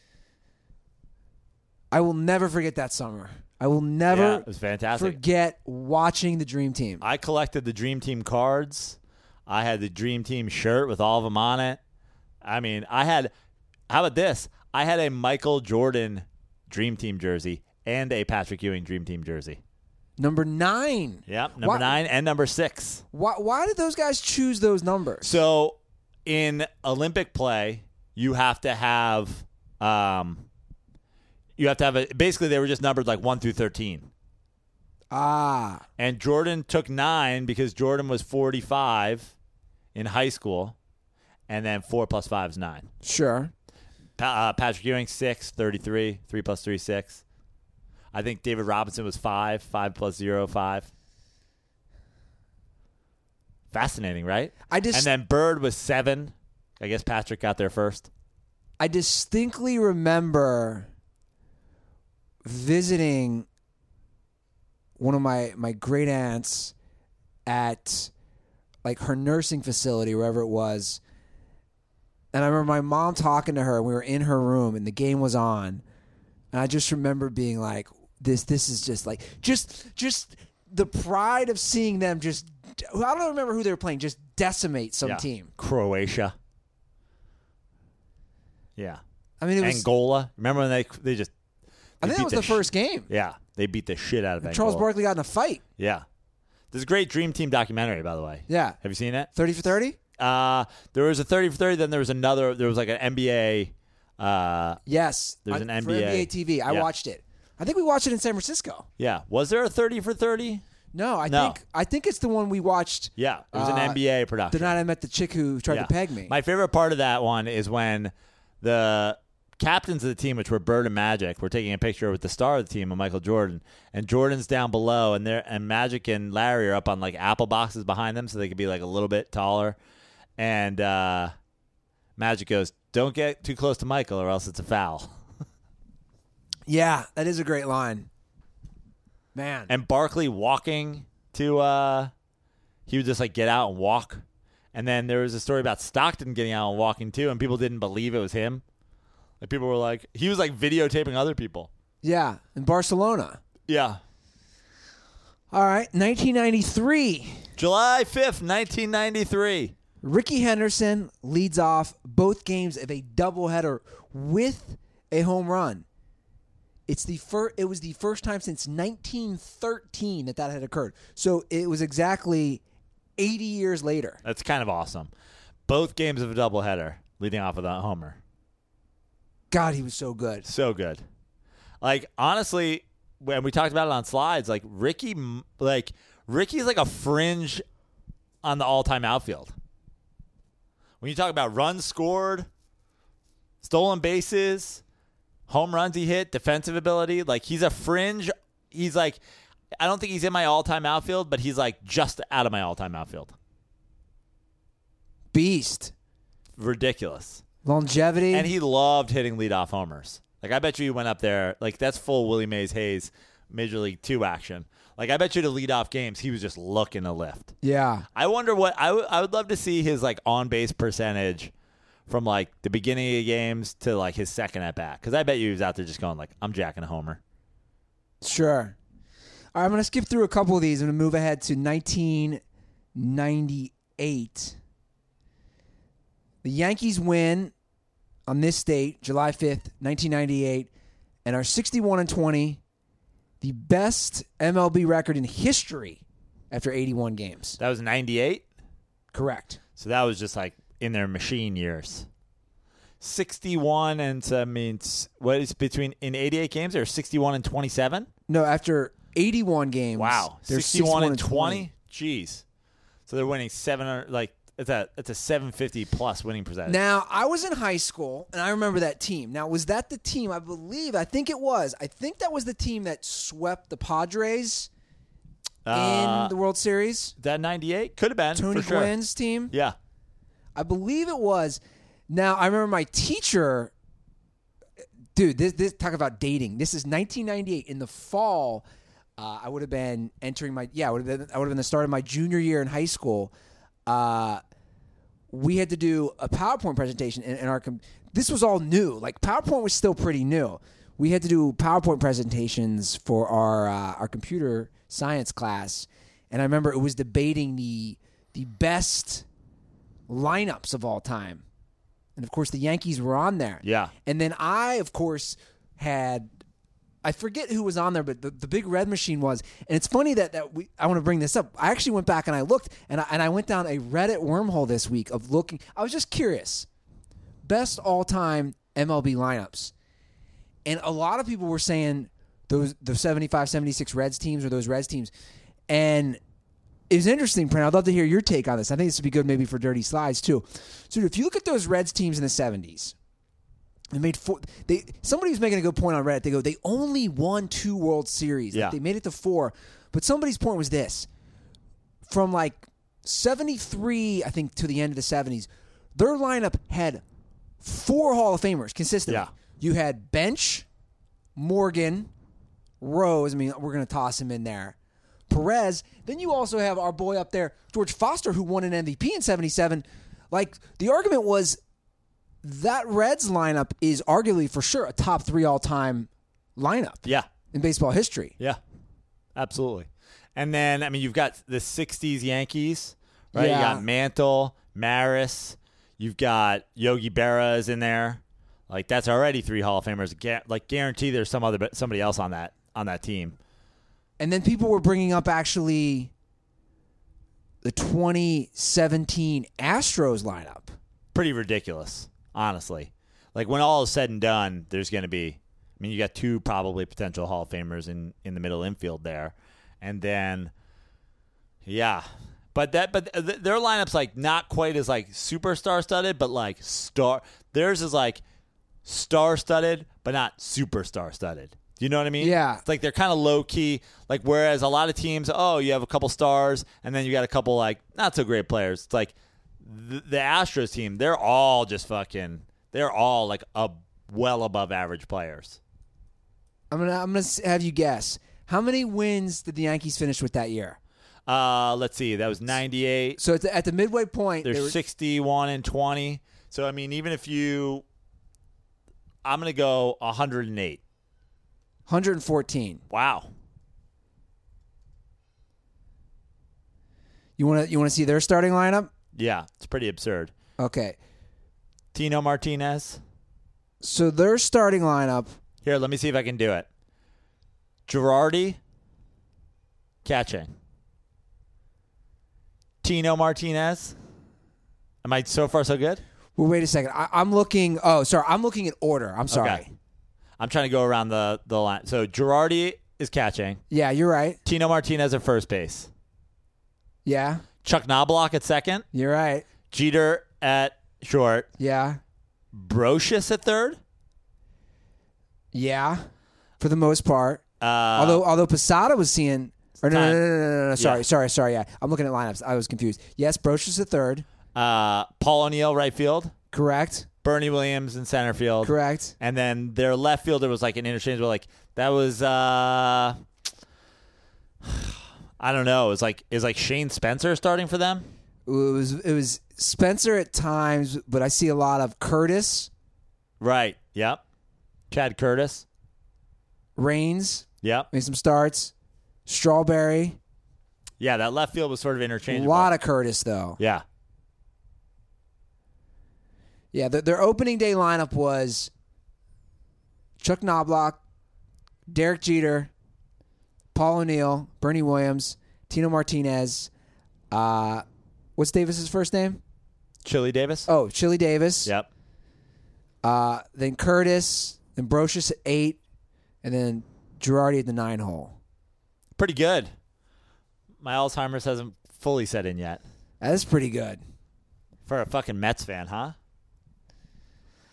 I will never forget that summer. I will never
Yeah, it was fantastic.
forget watching the Dream Team.
I collected the Dream Team cards. I had the Dream Team shirt with all of them on it. I mean, I had. How about this? I had a Michael Jordan Dream Team jersey and a Patrick Ewing Dream Team jersey.
Number nine.
Yep, number
Why-
nine and number six.
Why, why did those guys choose those numbers?
So in Olympic play, you have to have um you have to have a basically they were just numbered like 1 through 13.
ah,
And Jordan took 9 because Jordan was 45 in high school and then 4 plus 5 is 9.
sure.
Pa- uh, Patrick Ewing 6, 33, 3 plus 3 6. I think David Robinson was 5, 5 plus 0 5. Fascinating, right?
I just
and then Bird was 7. I guess Patrick got there first.
I distinctly remember visiting one of my my great aunts at like her nursing facility wherever it was and I remember my mom talking to her and we were in her room and the game was on and I just remember being like this this is just like just just the pride of seeing them just I don't remember who they were playing just decimate some
Yeah.
team
Croatia. Yeah.
I mean it was
Angola. Remember when they they just
I
they
think
beat
that was the
sh-
first game
Yeah. They beat the shit out of Angola.
Charles Barkley got in a fight
Yeah. There's a great Dream Team documentary, by the way.
Yeah.
Have you seen it?
30 for 30?
Uh there was a 30 for 30, then there was another there was like an NBA uh
Yes.
There's
on-
an
for
NBA.
NBA TV. I
Yeah.
watched it. I think we watched it in San Francisco.
yeah. Was there a 30 for 30?
No, I
No.
think I think it's the one we watched
Yeah. It was
Uh,
an NBA
the
production.
night I met the chick who tried to
Yeah.
peg me.
My favorite part of that one is when the captains of the team, which were Bird and Magic, were taking a picture with the star of the team, and Michael Jordan. And Jordan's down below, and they're and Magic and Larry are up on like apple boxes behind them, so they could be like a little bit taller. And uh, Magic goes, "Don't get too close to Michael, or else it's a foul."
yeah, that is a great line. Man.
And Barkley walking to, uh, he would just like get out and walk. And then there was a story about Stockton getting out and walking too, and people didn't believe it was him. Like people were like, he was like videotaping other people.
yeah, in Barcelona.
Yeah.
All right, 1993.
July 5th, 1993.
Ricky Henderson leads off both games of a doubleheader with a home run. It's the fir- it was the first time since 1913 that that had occurred. So it was exactly 80 years later.
That's kind of awesome. Both games of a doubleheader leading off with a homer.
God, he was so good.
So good. Like honestly, when we talked about it on slides, like Ricky like Ricky's like a fringe on the all-time outfield. When you talk about runs scored, stolen bases, home runs he hit, defensive ability, like he's a fringe. He's like I don't think he's in my all-time outfield, but he's like just out of my all-time outfield.
Beast.
Ridiculous.
Longevity.
And he loved hitting leadoff homers. Like I bet you he went up there. Like that's full Willie Mays Hayes Major League Two action. Like I bet you to lead off games, he was just looking to lift.
yeah.
I wonder what I would- I would love to see his like on base percentage from like the beginning of games to like his second at bat. Because I bet you he was out there just going like I'm jacking a homer.
Sure. All right, I'm going to skip through a couple of these. I'm going to move ahead to 1998. The Yankees win on this date, July 5th, 1998, and are 61 and 20, the best MLB record in history after 81 games.
That was '98.
Correct.
So that was just like in their machine years. 61 and so that means what is between in 88 games or 61 and 27?
No, after 81 games.
Wow,
they're
61 and 20. Jeez, so they're winning 700. Like it's a it's a 750 plus winning percentage.
Now, I was in high school and I remember that team. Now, was that the team? I believe, I think it was. I think that was the team that swept the Padres
Uh,
in the World Series.
that 98 could have been
Tony
for sure.
Gwynn's team.
Yeah,
I believe it was. Now, I remember my teacher dude. This this talk about dating. This is 1998 in the fall. Uh, I would have been entering my yeah. I would have been I would have been the start of my junior year in high school. Uh, we had to do a PowerPoint presentation in, in our. Com- this was all new. Like PowerPoint was still pretty new. We had to do PowerPoint presentations for our uh, our computer science class, and I remember it was debating the the best lineups of all time, and of course the Yankees were on there.
Yeah.
and then I of course had. I forget who was on there, but the, the big red machine was, and it's funny that that we. I want to bring this up. I actually went back and I looked, and I, and I went down a Reddit wormhole this week of looking. I was just curious best all time MLB lineups. And a lot of people were saying those the 75, 76 Reds teams or those Reds teams. And it was interesting, Print. I'd love to hear your take on this. I think this would be good maybe for dirty slides too. So if you look at those Reds teams in the 70s, they made four they somebody was making a good point on Reddit. They go, they only won two World Series. Like,
Yeah.
they made it to four. But somebody's point was this from like 73, I think, to the end of the 70s, their lineup had four Hall of Famers consistently.
Yeah.
You had Bench, Morgan, Rose. I mean, we're going to toss him in there. Perez. Then you also have our boy up there, George Foster, who won an MVP in 77. Like, the argument was that Reds lineup is arguably for sure a top three all time lineup
Yeah.
in baseball history.
Yeah. Absolutely. And then I mean you've got the sixties Yankees, right? You
Yeah.
got Mantle, Maris, you've got Yogi Berra is in there. Like that's already three Hall of Famers. Gu- Like guarantee there's some other somebody else on that on that team.
And then people were bringing up actually the 2017 Astros lineup.
pretty ridiculous, honestly. Like when all is said and done, there's going to be. I mean, you got two probably potential Hall of Famers in in the middle infield there, and then, yeah, but that but th- their lineup's like not quite as like superstar studded, but like star. Theirs is like star studded, but not superstar studded. Do you know what I mean?
Yeah.
It's like they're kind of low key. Like whereas a lot of teams, oh, you have a couple stars, and then you got a couple like not so great players. It's like the, the Astros team, they're all just fucking. They're all like a well above average players.
I'm going to I'm going to have you guess. How many wins did the Yankees finish with that year?
Uh, let's see, that was ninety eight.
So at the, at the midway point,
They're
they were-
sixty one and twenty. So I mean, even if you, I'm gonna go hundred and eight.
114.
Wow.
You want to you want to see their starting lineup?
Yeah, it's pretty absurd.
Okay.
Tino Martinez.
So their starting lineup,
Here, let me see if I can do it. Girardi catching. Tino Martinez. Am I so far so good?
well wait a second. I, I'm looking Oh, sorry. I'm looking at order. I'm sorry.
Okay. I'm trying to go around the, the line. So Girardi is catching.
Yeah, you're right.
Tino Martinez at first base.
Yeah.
Chuck Knobloch at second.
You're right.
Jeter at short.
Yeah.
Brocious at third.
Yeah. For the most part.
Uh,
although although Posada was seeing. Or no, no,
Time.
no, no, no, no, no, Sorry,
Yeah.
sorry, sorry. Yeah, I'm looking at lineups. I was confused. Yes, Broch is the third.
uh, Paul O'Neill right field.
Correct.
Bernie Williams in center field.
Correct.
And then their left fielder was like an interchangeable, like that was uh I don't know. It was like is like Shane Spencer starting for them?
It was it was Spencer at times, but I see a lot of Curtis,
Right. Yep. Chad Curtis.
Reigns
Yep.
made some starts, Strawberry.
Yeah, that left field was sort of
A
interchangeable.
lot of Curtis though.
yeah.
Yeah, their, their opening day lineup was Chuck Knobloch, Derek Jeter, Paul O'Neill, Bernie Williams, Tino Martinez. Uh, what's Davis's first name?
Chili Davis.
Oh, Chili Davis.
Yep.
Uh, then Curtis, then Brocious at eight, and then Girardi at the nine hole.
Pretty good. My Alzheimer's hasn't fully set in yet.
That's pretty good.
For a fucking Mets fan, huh?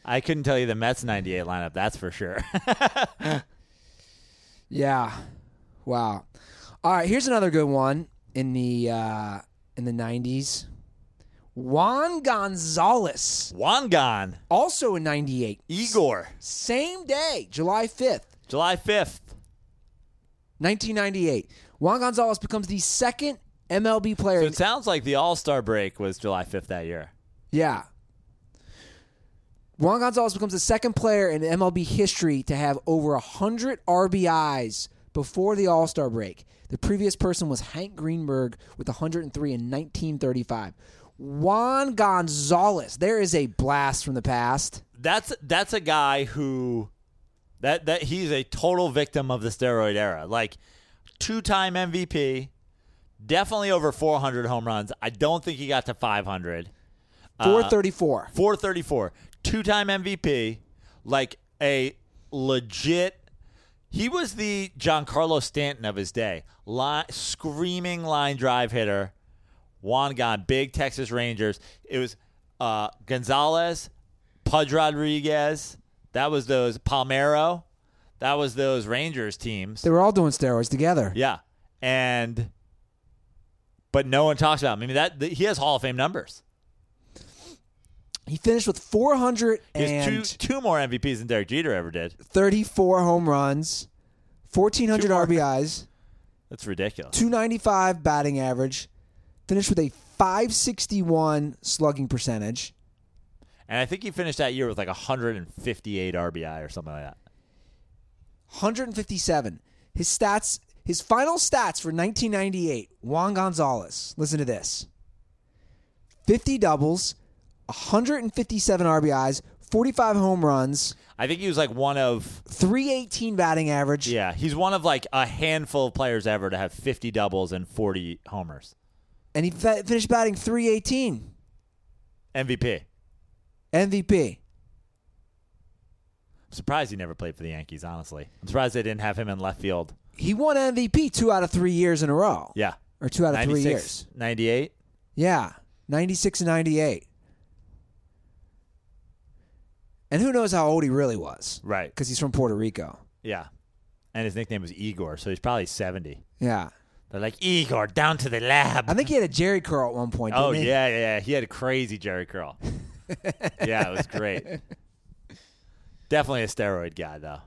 I couldn't tell you the Mets 98 lineup, that's for sure.
Yeah. Wow. All right, here's another good one in the uh, in the 90s. Juan Gonzalez,
Wangan,
also in 98.
Igor,
Same day, July 5th,
July 5th.
1998. Juan Gonzalez becomes the second MLB player.
So it sounds like the All Star break was July 5th that year.
yeah. Juan Gonzalez becomes the second player in MLB history to have over 100 RBIs before the All Star break. The previous person was Hank Greenberg with 103 in 1935. Juan Gonzalez. There is a blast from the past.
That's that's a guy who that that he's a total victim of the steroid era. Like two-time MVP, definitely over 400 home runs. I don't think he got to 500.
434.
434, two-time MVP, like a legit. He was the Giancarlo Stanton of his day, line, screaming line drive hitter. Juan Gon, big Texas Rangers. It was uh, Gonzalez, Pudge Rodriguez. That was those Palmero. That was those Rangers teams.
they were all doing steroids together.
Yeah, and but no one talks about him. I mean, that he has Hall of Fame numbers.
He finished with 400
He has
and
two two more MVPs than Derek Jeter ever did.
34 home runs, 1,400
Two more.
RBIs,
That's ridiculous.
295 batting average, finished with a 561 slugging percentage.
And I think he finished that year with like 158 RBI or something like that.
157. His stats, his final stats for 1998, Juan Gonzalez. Listen to this 50 doubles, 157 RBIs, 45 home runs,
I think he was like one of
318 batting average.
yeah, he's one of like a handful of players ever to have 50 doubles and 40 homers.
and he fe- finished batting 318
MVP.
MVP.
I'm surprised he never played for the Yankees, honestly. I'm surprised they didn't have him in left field.
He won MVP two out of three years in a row.
Yeah.
Or two out of three
96,
years.
98.
Yeah. 96 and 98. And who knows how old he really was?
Right.
Because he's from Puerto Rico.
Yeah. And his nickname was Igor, so he's probably 70.
Yeah.
They're like, Igor, down to the lab.
I think he had a Jerry curl at one point.
oh,
didn't he?
yeah, yeah. He had a crazy Jerry curl. yeah, it was great. Definitely a steroid guy, though.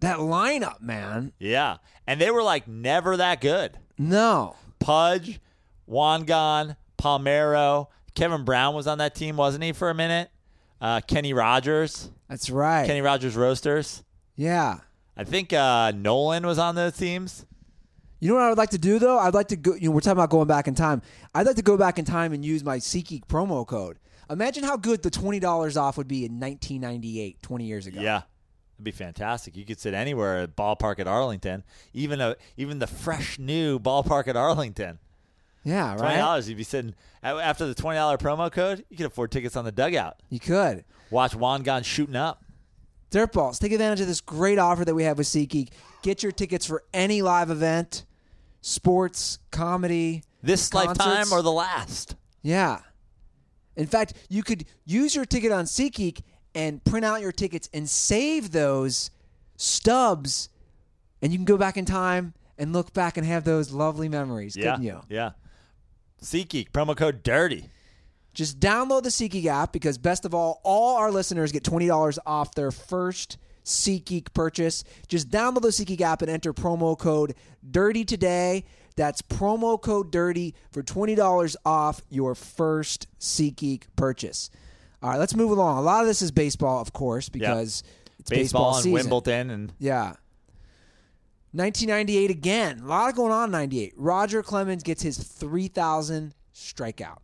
That lineup, man.
Yeah. And they were like never that good.
No.
Pudge, Wangan, Palmero, Kevin Brown was on that team, wasn't he, for a minute? Uh, Kenny Rogers,
That's right.
Kenny Rogers Roasters.
yeah.
I think uh, Nolan was on those teams.
You know what I would like to do though? I'd like to go. You know, we're talking about going back in time. I'd like to go back in time and use my SeatGeek promo code. Imagine how good the twenty dollars off would be in 1998, 20 years ago.
Yeah. That'd be fantastic. You could sit anywhere at ballpark at Arlington, even a even the fresh new ballpark at Arlington.
yeah,
Twenty
right.
dollars, you'd be sitting a- after the twenty dollar promo code. You could afford tickets on the dugout.
You could.
Watch Wangan shooting up.
Dirtballs, take advantage of this great offer that we have with SeatGeek. Get your tickets for any live event, sports, comedy.
This
Concerts.
lifetime or the last.
Yeah. In fact, you could use your ticket on SeatGeek and print out your tickets and save those stubs, and you can go back in time and look back and have those lovely memories,
Yeah.
couldn't you?
Yeah. SeatGeek, promo code DIRTY.
Just download the SeatGeek app because, best of all, all our listeners get $20 off their first SeatGeek purchase. Just download the SeatGeek app and enter promo code DIRTY today. That's promo code DIRTY for $20 off your first SeatGeek purchase. All right, let's move along. A lot of this is baseball, of course, because it's baseball,
Baseball, and
season.
Wimbledon and
Yeah. 1998 again. A lot going on in 98. Roger Clemens gets his 3,000 strikeout.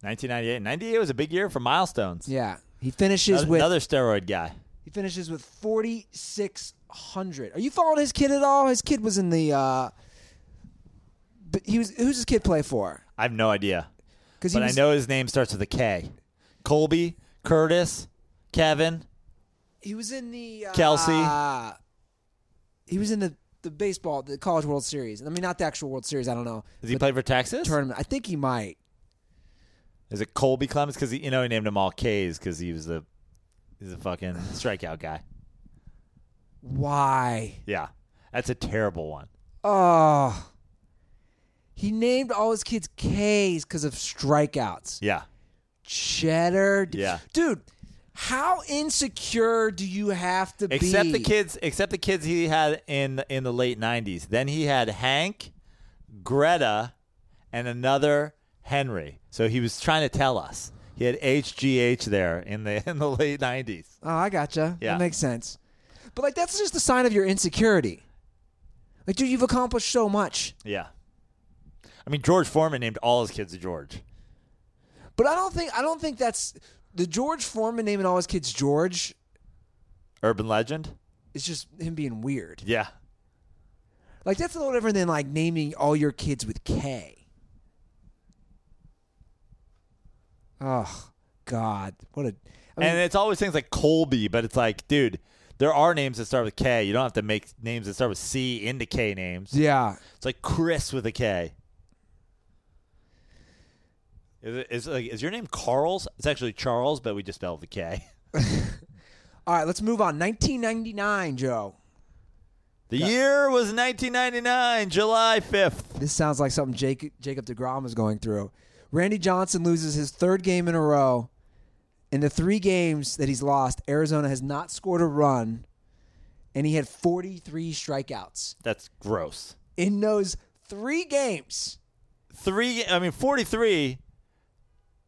1998. 98 was a big year for milestones.
Yeah. He finishes
Another,
with
another steroid guy.
He finishes with 4600. Are you following his kid at all? His kid was in the uh but he was who's his kid play for?
I have no idea.
Cuz he
But I
was
know his name starts with a K. Colby, Curtis, Kevin.
he was in the uh,
Kelsey.
He was in the the baseball the college world series. I mean not the actual world series, I don't know.
Does he play for Texas?
Tournament. I think he might.
Is it Colby Clemens? Because you know he named them all K's because he was the he's a fucking strikeout guy.
Why?
Yeah, that's a terrible one.
Oh. He named all his kids K's because of strikeouts.
Yeah.
Cheddar. d-
Yeah.
Dude, how insecure do you have to be?
Except the kids, except the kids he had in the, in the late '90s. Then he had Hank, Greta, and another Henry. So he was trying to tell us he had HGH there in the in the late '90s.
Oh, I gotcha.
Yeah.
That makes sense. But like that's just a sign of your insecurity. Like, dude, you've accomplished so much.
Yeah, I mean George Foreman named all his kids George.
But I don't think I don't think that's the George Foreman naming all his kids George
Urban legend.
is just him being weird.
Yeah,
Like that's a little different than like naming all your kids with K. Oh God. What a I mean,
and it's always things like Colby, but it's like, dude, there are names that start with K. You don't have to make names that start with C into K names.
Yeah.
It's like Chris with a K. Is, it, is, like, is your name Carl's? It's actually Charles, but we just spelled the K.
All right, let's move on. 1999, Joe.
The year was 1999, July 5th.
This sounds like something Jake, Jacob DeGrom is going through. Randy Johnson loses his third game in a row. In the three games that he's lost, Arizona has not scored a run, and he had 43 strikeouts
That's gross.
in those three games.
Three, I mean, 43,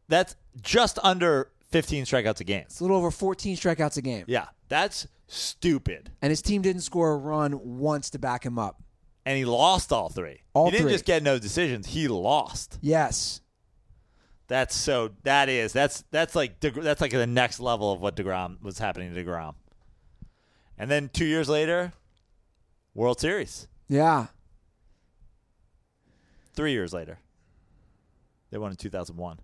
that's just under 15 strikeouts a game.
It's a little over 14 strikeouts a game.
Yeah, that's stupid.
And his team didn't score a run once to back him up.
And he lost all three.
All
he didn't
three.
just get no decisions, he lost.
Yes.
That's so. That is. That's that's like Degr- that's like the next level of what Degrom was happening to Degrom. And then two years later, World Series.
Yeah.
Three years later, they won in two thousand one.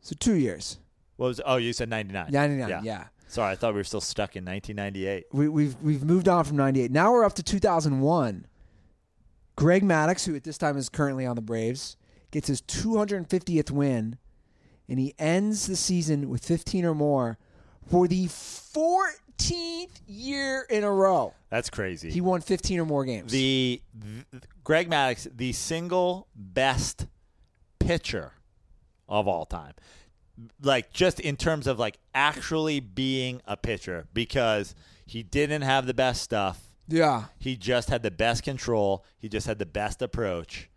So two years.
What was? Oh, you said ninety nine.
99, yeah.
Sorry, I thought we were still stuck in nineteen ninety eight.
we, we've we've moved on from '98. Now we're up to 2001. Greg Maddox, who at this time is currently on the Braves, gets his 250th win, and he ends the season with 15 or more for the 14th year in a row.
That's crazy.
He won 15 or more games.
the, th- Greg Maddox, the single best pitcher of all time. Like just in terms of like actually being a pitcher because he didn't have the best stuff.
yeah,
He just had the best control. He just had the best approach.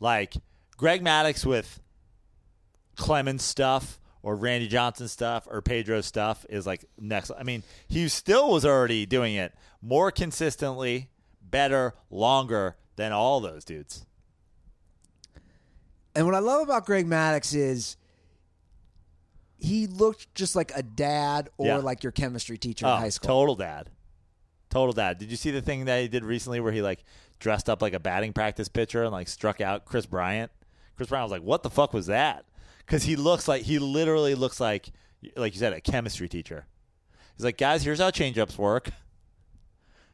Like Greg Maddox with Clemens stuff or Randy Johnson stuff or Pedro stuff is like next. I mean, he still was already doing it more consistently, better, longer than all those dudes.
and what I love about Greg Maddox is. He looked just like a dad or
Yeah.
like your chemistry teacher
Oh,
in high school.
total dad. Total dad. Did you see the thing that he did recently where he like dressed up like a batting practice pitcher and like struck out Chris Bryant? Chris Bryant was like, "What the fuck was that?" Cuz he looks like he literally looks like like you said a chemistry teacher. He's like, "Guys, here's how change-ups work."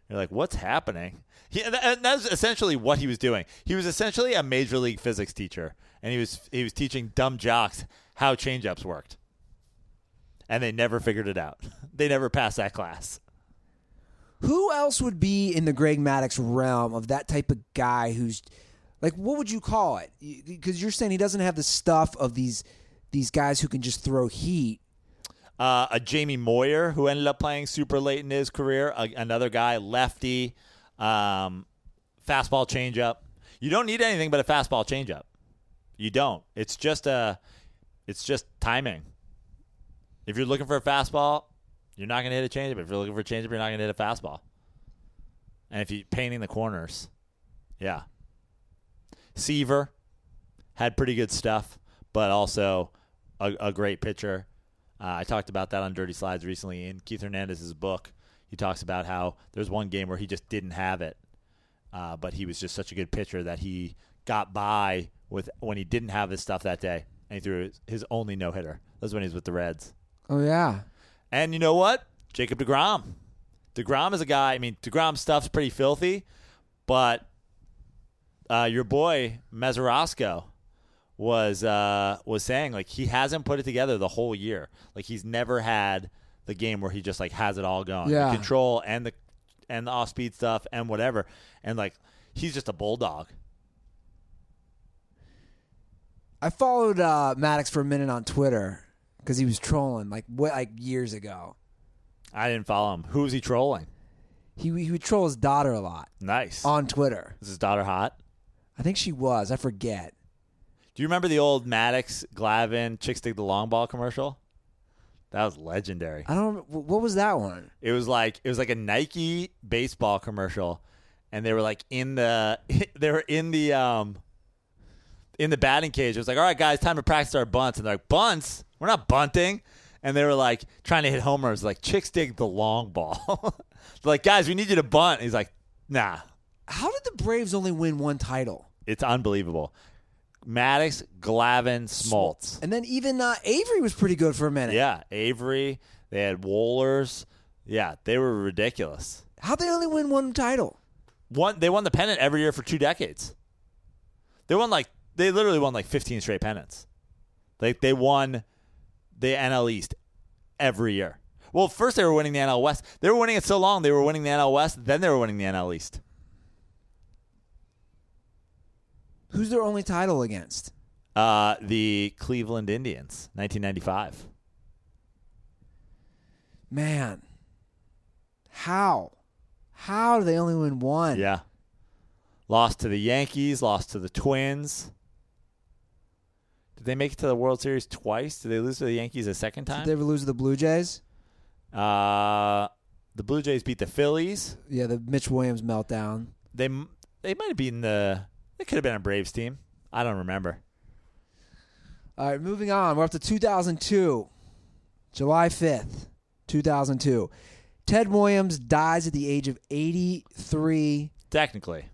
You're like, "What's happening?" He, and and that's essentially what he was doing. He was essentially a major league physics teacher, and he was he was teaching dumb jocks how change-ups worked and they never figured it out. They never passed that class.
Who else would be in the Greg Maddox realm of that type of guy who's like what would you call it? Because you're saying he doesn't have the stuff of these these guys who can just throw heat.
Uh, a Jamie Moyer who ended up playing super late in his career. A, another guy, lefty, um, fastball changeup. You don't need anything but a fastball changeup. You don't. It's just a, it's just timing. If you're looking for a fastball, you're not going to hit a changeup. If you're looking for a changeup, you're not going to hit a fastball. And if you're painting the corners, yeah. Seaver had pretty good stuff, but also a, a great pitcher. Uh, I talked about that on Dirty Slides recently in Keith Hernandez's book. He talks about how there's one game where he just didn't have it, uh, but he was just such a good pitcher that he got by with when he didn't have his stuff that day, and he threw his, his only no hitter. That's when he was with the Reds.
Oh yeah.
And you know what? Jacob DeGrom. DeGrom is a guy. I mean, DeGrom's stuff's pretty filthy, but uh, your boy Mazarosco was uh, was saying like he hasn't put it together the whole year. Like he's never had the game where he just like has it all going. The
Yeah.
control and the and the off speed stuff and whatever. And like he's just a bulldog.
I followed uh, Maddox for a minute on Twitter because he was trolling like what, like years ago.
I didn't follow him. Who was he trolling?
He he would troll his daughter a lot
Nice.
on Twitter.
Is his daughter hot?
I think she was. I forget.
Do you remember the old Maddox Glavin Chicks Dig the Long Ball commercial? That was legendary.
I don't. wh- What was that one?
It was like it was like a Nike baseball commercial, and they were like in the they were in the um in the batting cage. It was like, all right, guys, time to practice our bunts, and they're like, bunts? We're not bunting. And they were like trying to hit homers, like chicks dig the long ball. They're like, guys, we need you to bunt. And he's like, nah,
How did the Braves only win one title?
it's unbelievable. Maddox, Glavin, Smoltz.
And then even uh, Avery was pretty good for a minute.
Yeah, Avery. They had Wohlers. Yeah, they were ridiculous.
How they only win one title?
One, they won the pennant every year for two decades. They won like they literally won like 15 straight pennants. Like they won the NL East every year. Well, first they were winning the NL West. They were winning it so long they were winning the NL West. Then they were winning the NL East.
Who's their only title against?
Uh, the Cleveland Indians, 1995.
Man, how? How do they only win one?
Yeah. Lost to the Yankees, lost to the Twins. Did they make it to the World Series twice? Did they lose to the Yankees a second
Did
time?
they ever lose to the Blue Jays?
uh, the Blue Jays beat the Phillies.
Yeah, the Mitch Williams meltdown.
They m- they might have beaten the. They could have been a Braves team. I don't remember.
All right, moving on. We're up to 2002, July 5th, 2002. Ted Williams dies at the age of 83.
Technically,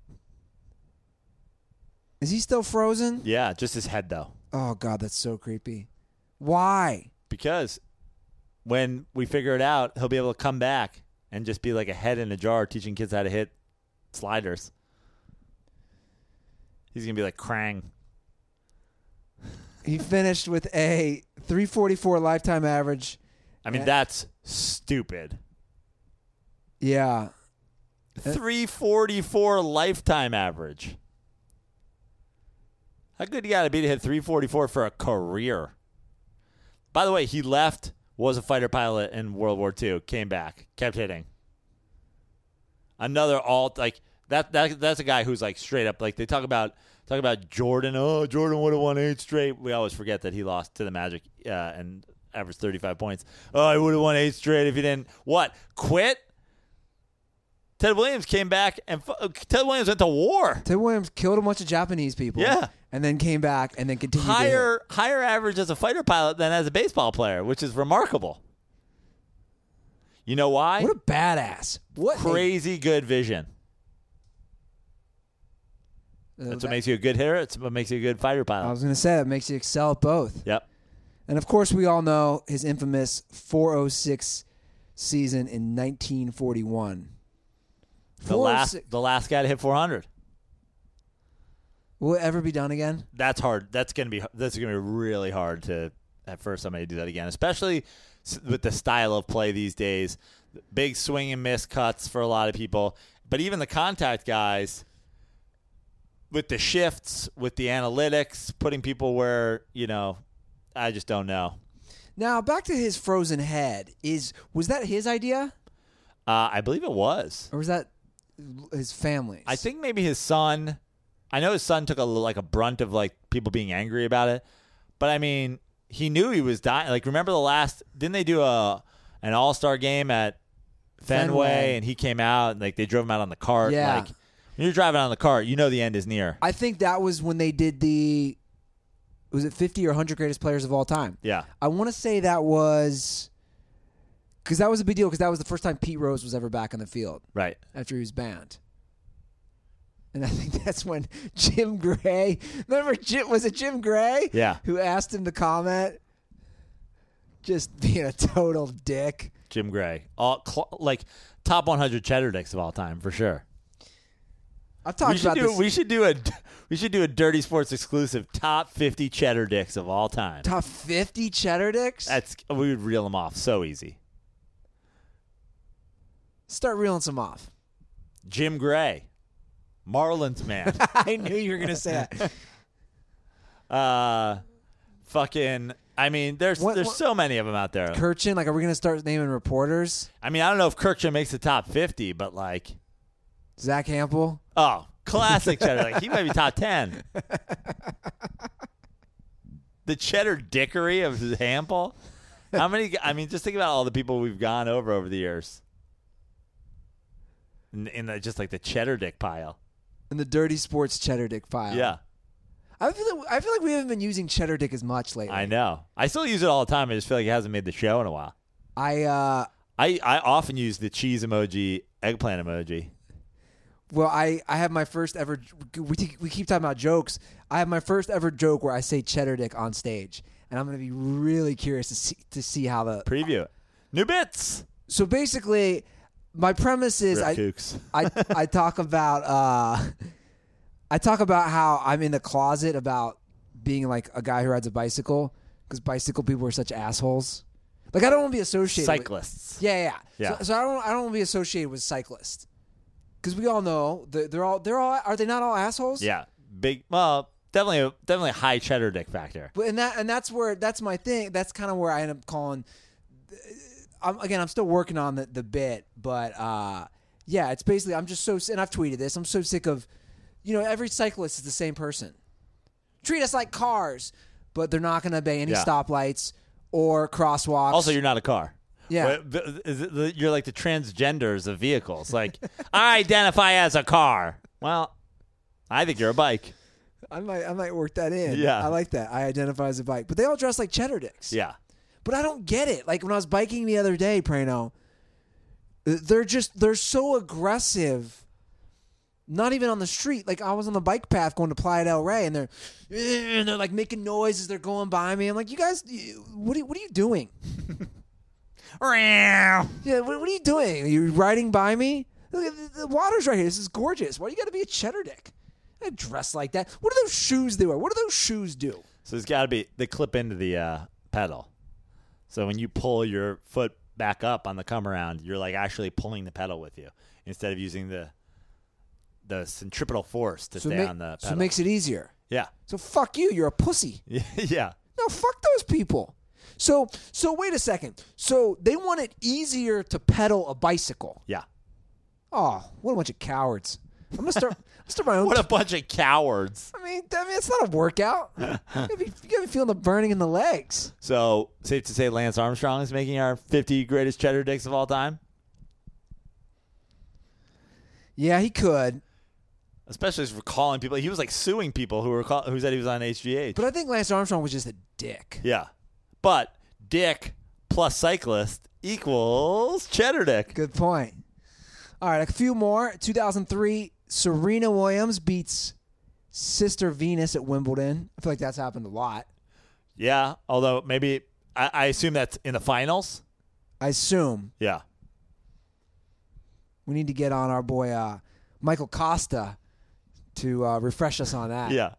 Is he still frozen?
yeah, just his head though,
Oh, God, that's so creepy. Why?
because when we figure it out, he'll be able to come back and just be like a head in a jar, teaching kids how to hit sliders. He's gonna be like Krang.
He finished with a 344 lifetime average.
I mean,
Yeah.
that's stupid.
Yeah.
344 lifetime average. How good you got to be to hit 344 for a career? By the way, he left, was a fighter pilot in World War II, came back, kept hitting. Another all like that that that's a guy who's like straight up like they talk about talk about Jordan. Oh, Jordan would have won eight straight. We always forget that he lost to the Magic uh, and averaged 35 points. Oh, he would have won eight straight if he didn't what? Quit? Ted Williams came back and fu- uh, Ted Williams went to war.
Ted Williams killed a bunch of Japanese people.
Yeah.
And then came back and then continued. to hit.
Higher higher average as a fighter pilot than as a baseball player, which is remarkable. You know why?
What a badass. What? a-
Crazy good vision.
uh,
That's
that- Um,
what makes you a good hitter. It's what makes you a good fighter
I
pilot.
was going to say that makes you excel at both.
Yep.
And of course, we all know his infamous 406 season in 1941.
The last
406
the last guy to hit 400.
Will it ever be done again?
That's hard. That's gonna be that's gonna be really hard to at first somebody do that again, especially s- with the style of play these days. Big swing and miss cuts for a lot of people, but even the contact guys with the shifts, with the analytics, putting people where you know, I just don't know.
Now, back to his frozen head. Is was that his idea
Uh, I believe it was.
or was that his family's?
I think maybe his son. I know his son took a like a brunt of like people being angry about it, but I mean he knew he was dying. Like remember the last? Didn't they do a an All Star game at Fenway,
Fenway.
and he came out and like they drove him out on the cart.
Yeah.
Like when you're driving on the cart, you know the end is near.
I think that was when they did the was it 50 or 100 greatest players of all time.
yeah,
I want to say that was cuz that was a big deal cuz that was the first time Pete Rose was ever back on the field.
right.
after he was banned. And I think that's when Jim Gray. Remember, Jim, was it Jim Gray?
Yeah.
Who asked him to comment? Just being a total dick.
Jim Gray, all cl- like top 100 cheddar dicks of all time for sure.
I've
We
talked
should
about
do
this.
we should do a we should do a Dirty Sports exclusive top 50 cheddar dicks of all time.
top 50 cheddar dicks?
That's we would reel them off so easy.
Start reeling some off.
Jim Gray, Marlins man.
I knew you were going to say that.
Uh, fucking. I mean, there's
What-
there's
what-
so many of them out there.
Kirchin, like, are we going to start naming reporters?
I mean, I don't know if Kirkshaw makes the top fifty, but like,
Zach Hampel?
oh, classic cheddar. like he might be top ten. the cheddar dickery of his Hampel. How many? I mean, just think about all the people we've gone over over the years. In, in the, just like the cheddar dick pile.
And the Dirty Sports Cheddar Dick file.
Yeah,
I feel like, I feel like we haven't been using Cheddar Dick as much lately.
I know. I still use it all the time. I just feel like it hasn't made the show in a while.
I uh,
I, I often use the cheese emoji, eggplant emoji.
Well, I, I have my first ever. We, t- we keep talking about jokes. I have my first ever joke where I say cheddar dick on stage, and I'm going to be really curious to see to see how the.
Preview it. New bits.
So basically, my premise is
Rip
I,
Kooks.
I I talk about uh, I talk about how I'm in the closet about being like a guy who rides a bicycle because bicycle people are such assholes. Like I don't want to be associated. with-
Cyclists.
yeah, yeah.
Yeah.
So, so I don't, I don't want to be associated with cyclists because we all know that they're all, they're all, are they not all assholes?
Yeah. Big. Well, definitely, a, definitely a high cheddar dick factor.
But and that, and that's where that's my thing. That's kind of where I end up calling. uh, I'm, again, I'm still working on the the bit, but uh, yeah, it's basically I'm just so and I've tweeted this. I'm so sick of, you know, every cyclist is the same person. Treat us like cars, but they're not going to obey any
Yeah.
stoplights or crosswalks.
Also, you're not a car.
Yeah.
But th- is it the- You're like the transgenders of vehicles. Like, I identify as a car. Well, I think you're a bike.
I might I might work that in.
Yeah.
I like that. I identify as a bike, but they all dress like cheddar dicks.
Yeah.
But I don't get it. Like when I was biking the other day, Prano, they're just they're so aggressive. Not even on the street. Like I was on the bike path going to Playa del Rey, and they're and they're like making noise as they're going by me. I'm like, you guys, you- what are, what are you doing? Yeah, what, what are you doing? Are you riding by me? Look at the, the water's right here. This is gorgeous. Why do you got to be a cheddar dick? I dress like that. What are those shoes they wear? What do those shoes do?
So it's got to be they clip into the uh, pedal. So when you pull your foot back up on the come around, you're like actually pulling the pedal with you instead of using the the centripetal force to stay
ma-
on the pedal.
so it makes it easier.
yeah,
So fuck you. You're a pussy.
yeah,
No, fuck those people. So so wait a second. So they want it easier to pedal a bicycle.
yeah.
Oh, what a bunch of cowards. I'm gonna start I'll start my own
What a bunch of cowards!
I mean, I mean, it's not a workout. you gotta, be, you gotta be feeling the burning in the legs.
So safe to say Lance Armstrong is making our 50 greatest cheddar dicks of all time,
Yeah, he could,
especially for calling people. He was like suing people who were call- who said he was on HGH.
but I think Lance Armstrong was just a dick.
yeah, but dick plus cyclist equals cheddar dick.
Good point. All right, a few more. 2003, Serena Williams beats Sister Venus at Wimbledon. I feel like that's happened a lot.
Yeah, although maybe I, I assume that's in the finals.
I assume
Yeah,
We need to get on our boy uh, Michael Costa to uh, refresh us on that.
yeah,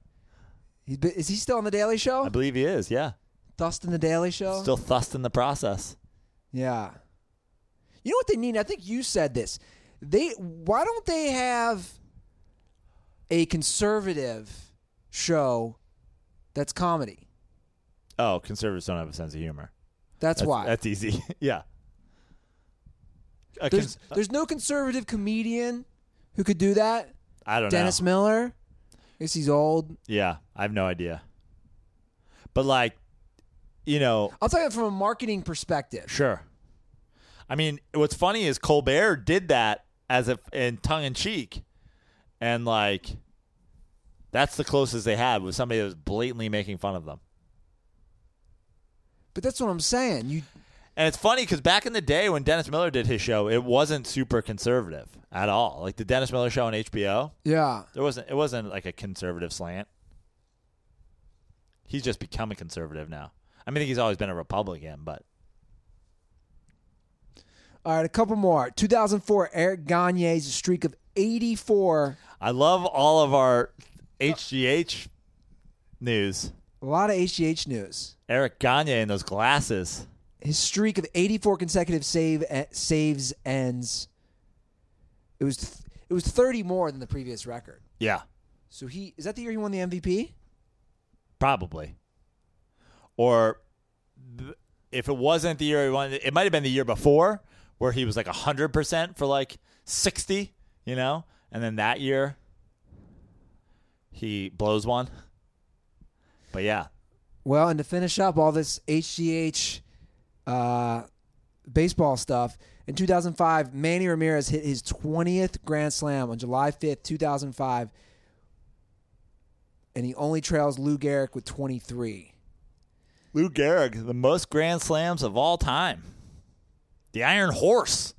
He's been- is he still on the Daily
I
Show?
believe he is. Yeah,
Dustin the Daily Show.
still thust in the process.
Yeah. You know what they need? I think you said this. They why don't they have a conservative show that's comedy?
Oh, conservatives don't have a sense of humor.
That's, why.
That's easy. yeah. A
there's,
cons-
there's no conservative comedian who could do that.
I don't
Dennis
know.
Miller. I guess he's old.
yeah, I have no idea. But like, you know,
I'll tell you from a marketing perspective.
sure. I mean, what's funny is Colbert did that as if in tongue in cheek, and like, that's the closest they had was somebody that was blatantly making fun of them.
But that's what I'm saying. You
And it's funny because back in the day when Dennis Miller did his show, it wasn't super conservative at all. Like the Dennis Miller show on HBO,
yeah.
there wasn't it wasn't like a conservative slant. He's just become a conservative now. I mean, I think he's always been a Republican, but
All right, a couple more. 2004, Eric Gagne's streak of 84.
I love all of our HGH news.
A lot of HGH news.
Eric Gagne and those glasses.
His streak of 84 consecutive save eh, saves ends. It was th- it was 30 more than the previous record.
Yeah.
So he is that the year he won the MVP?
Probably. Or th- if it wasn't the year he won, it might have been the year before where he was like 100% for like 60, you know? And then that year, he blows one. But yeah,
Well, and to finish up all this HGH uh, baseball stuff, in 2005, Manny Ramirez hit his 20th Grand Slam on July 5th, 2005, and he only trails Lou Gehrig with 23.
Lou Gehrig, the most grand slams of all time. The Iron Horse.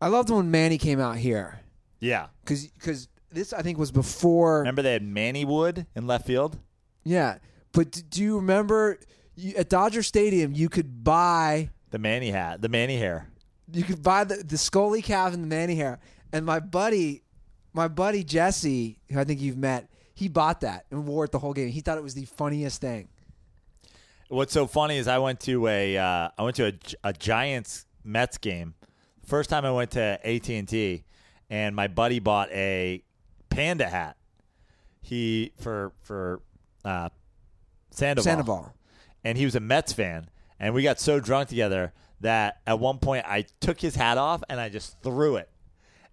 I loved when Manny came out here
Yeah.
because this I think was before.
Remember they had Manny Wood in left field?
Yeah, but d- do you remember you, at Dodger Stadium you could buy
The Manny hat, the Manny hair.
you could buy the, the Scully calf and the Manny hair. And my buddy, my buddy Jesse, who I think you've met, he bought that and wore it the whole game. He thought it was the funniest thing.
What's so funny is I went to a uh, I went to a, Gi- a Giants Mets game. First time I went to AT and T, and my buddy bought a panda hat. He for for uh, Sandoval.
Sandoval.
and he was a Mets fan, and we got so drunk together that at one point I took his hat off and I just threw it,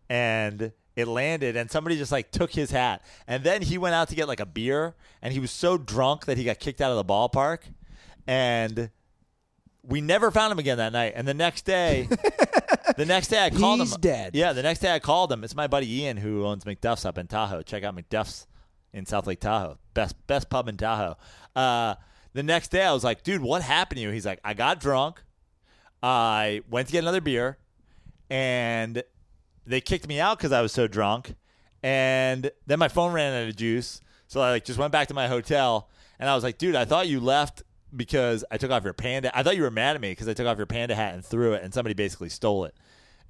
and it landed, and somebody just like took his hat, and then he went out to get like a beer, and he was so drunk that he got kicked out of the ballpark, and we never found him again that night, and the next day. The next day I called
He's
him.
dead.
Yeah, the next day I called him. It's my buddy Ian who owns McDuff's up in Tahoe. Check out McDuff's in South Lake Tahoe. Best best pub in Tahoe. Uh, the next day I was like, dude, what happened to you? He's like, I got drunk. I went to get another beer and they kicked me out because I was so drunk. And then my phone ran out of juice. So I like just went back to my hotel and I was like, dude, I thought you left because I took off your panda. I thought you were mad at me because I took off your panda hat and threw it and somebody basically stole it.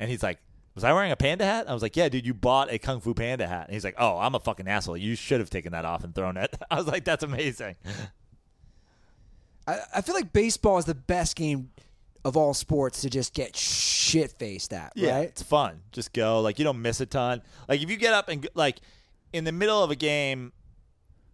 And he's like, was I wearing a panda hat? I was like, yeah, dude, you bought a Kung Fu Panda hat. And he's like, oh, I'm a fucking asshole. You should have taken that off and thrown it. I was like, that's amazing.
I, I feel like baseball is the best game of all sports to just get shit faced at, right?
It's fun. Just go. Like you don't miss a ton. Like if you get up and g- like in the middle of a game,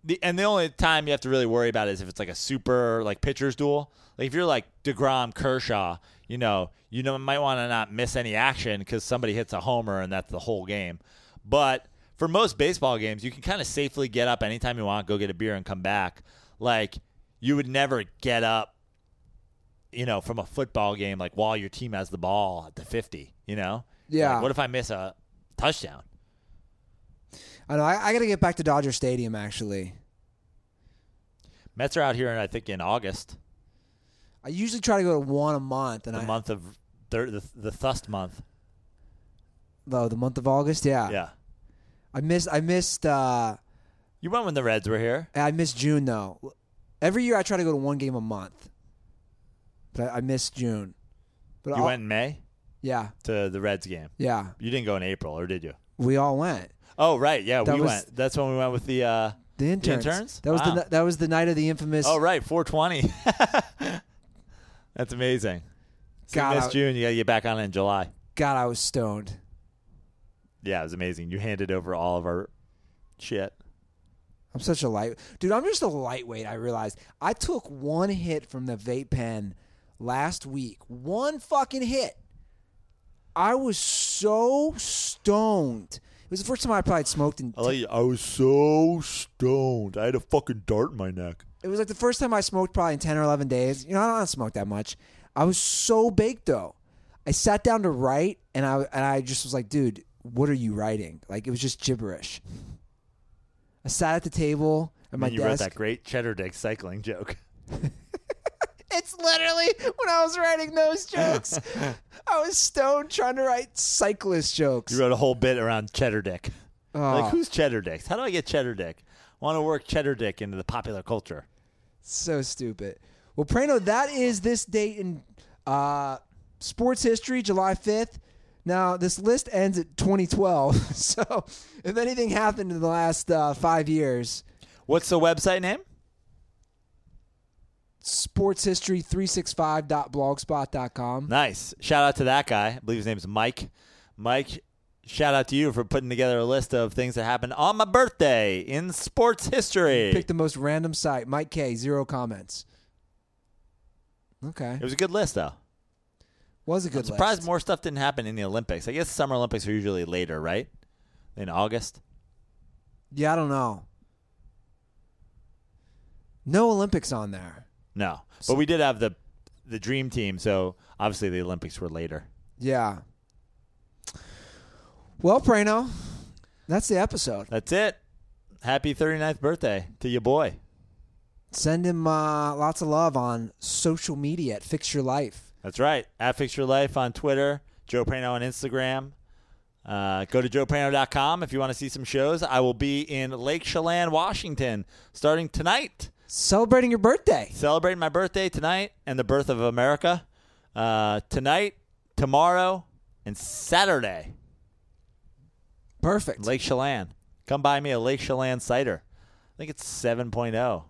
the and the only time you have to really worry about it is if it's like a super like pitchers duel. Like if you're like Degrom Kershaw, you know you know might want to not miss any action because somebody hits a homer and that's the whole game. But for most baseball games, you can kind of safely get up anytime you want, go get a beer, and come back. Like you would never get up you know, from a football game, like while your team has the ball at the 50, you know?
Yeah.
Like, what if I miss a touchdown?
I know. I, I got to get back to Dodger Stadium actually.
Mets are out here, and I think in August,
I usually try to go to one a month, and
the
I
month of thir- the, the Thust month.
though Oh, the month of August. Yeah,
Yeah.
I missed. I missed. uh
You went when the Reds were here.
I miss June though. Every year I try to go to one game a month, but I, I miss June. But
You
I'll-
went in May
Yeah,
to the Reds game.
yeah.
You didn't go in April, or did you?
We all went.
Oh, right. Yeah,
That
we
was-
went. That's when we went with the. Uh,
The interns.
interns?
That was
Wow.
the ni- that was the night of the infamous.
oh, right. 420. That's amazing. So
God,
you missed
I-
June. You got to get back on it in July.
God, I was stoned.
Yeah, it was amazing. You handed over all of our shit.
I'm such a light dude. I'm just a lightweight. I realized I took one hit from the vape pen last week. One fucking hit. I was so stoned. It was the first time I probably had smoked in.
I like I was so stoned. I had a fucking dart in my neck.
It was like the first time I smoked probably in 10 or 11 days. You know, I don't smoke that much. I was so baked though. I sat down to write and I and I just was like, dude, what are you writing? Like it was just gibberish. I sat at the table at my
and you
desk.
wrote that great cheddar dick cycling joke.
It's literally when I was writing those jokes. I was stoned trying to write cyclist jokes.
You wrote a whole bit around cheddar dick.
Oh.
Like who's cheddar dicks? How do I get cheddar dick? I want to work cheddar dick into the popular culture.
So stupid. Well, Prano, that is this date in uh, sports history, July 5th. Now, this list ends at 2012. So, if anything happened in the last uh, five years,
What's the website name?
sportshistory365.blogspot.com.
Nice. Shout out to that guy. I believe his name's Mike. Mike shout out to you for putting together a list of things that happened on my birthday in sports history.
Pick the most random site. Mike K, zero comments. Okay.
it was a good list, though.
Was a good
I'm surprised
list.
more stuff didn't happen in the Olympics. I guess Summer Olympics are usually later, right? In August.
Yeah, I don't know. No Olympics on there.
No, but we did have the the dream team, so obviously the Olympics were later.
Yeah. Well, Prano, that's the episode.
That's it. Happy 39th birthday to your boy.
Send him uh, lots of love on social media at Fix Your Life.
That's right. At Fix Your Life on Twitter, Joe Prano on Instagram. Uh, go to joeprano.com if you want to see some shows. I will be in Lake Chelan, Washington, starting tonight.
Celebrating your birthday.
Celebrating my birthday tonight and the birth of America. Uh, tonight, tomorrow, and Saturday.
Perfect.
Lake Chelan. Come buy me a Lake Chelan cider. I think it's 7.0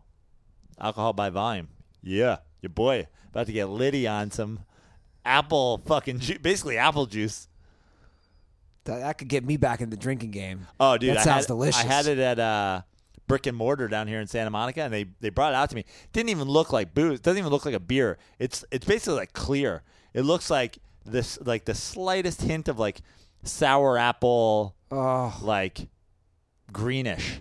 alcohol by volume. Yeah, your boy about to get litty on some apple fucking ju- basically apple juice.
That, that could get me back in the drinking game.
Oh, dude,
That
I
sounds
had,
delicious.
I had it at uh, Brick and Mortar down here in Santa Monica, and they they brought it out to me. Didn't even look like booze. Doesn't even look like a beer. It's it's basically like clear. It looks like this like the slightest hint of like sour apple
Oh,
like greenish.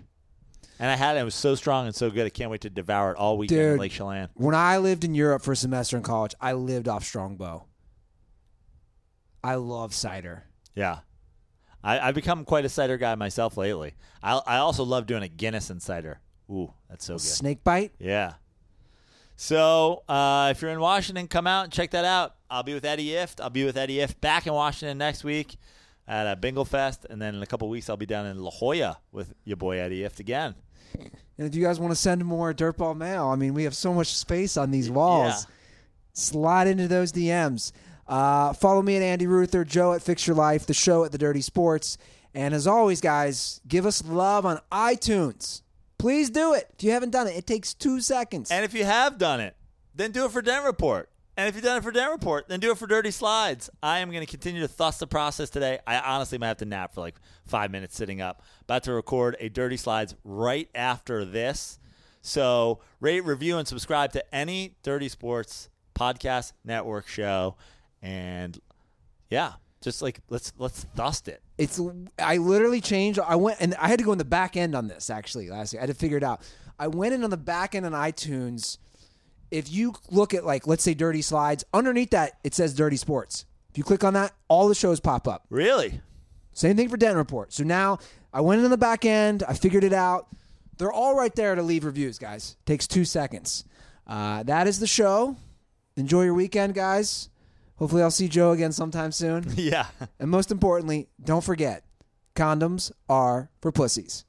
And I had it. It was so strong and so good. I can't wait to devour it all weekend in
Dude.
Lake Chelan.
when I lived in Europe for a semester in college, I lived off Strongbow. I love cider.
Yeah. I, I've become quite a cider guy myself lately. I, I also love doing a Guinness and cider. Ooh, that's so good.
Snake bite?
Yeah. So uh, if you're in Washington, come out and check that out. I'll be with Eddie Ift. I'll be with Eddie Ift back in Washington next week at a Bingle Fest, and then in a couple weeks I'll be down in La Jolla with your boy Eddie Ift again.
And if you guys want to send more dirtball mail, I mean, we have so much space on these walls.
Yeah.
Slide into those DMs. Uh, follow me at Andy Ruther, Joe at Fix Your Life, the show at The Dirty Sports. And as always, guys, give us love on iTunes. Please do it. If you haven't done it, it takes two seconds.
And if you have done it, then do it for Den Report. And if you've done it for Den Report, then do it for Dirty Slides. I am going to continue to thus the process today. I honestly might have to nap for like five minutes sitting up. About to record a Dirty Slides right after this. So rate, review, and subscribe to any Dirty Sports podcast network show. And yeah, just like let's let's dust it.
It's I literally changed. I went and I had to go in the back end on this actually last year. I had to figure it out. I went in on the back end on iTunes. If you look at like let's say Dirty Slides, underneath that it says Dirty Sports. If you click on that, all the shows pop up.
Really?
Same thing for Dent Report. So now I went in on the back end. I figured it out. They're all right there to leave reviews, guys. Takes two seconds. Uh, that is the show. Enjoy your weekend, guys. Hopefully, I'll see Joe again sometime soon.
Yeah.
And most importantly, don't forget, condoms are for pussies.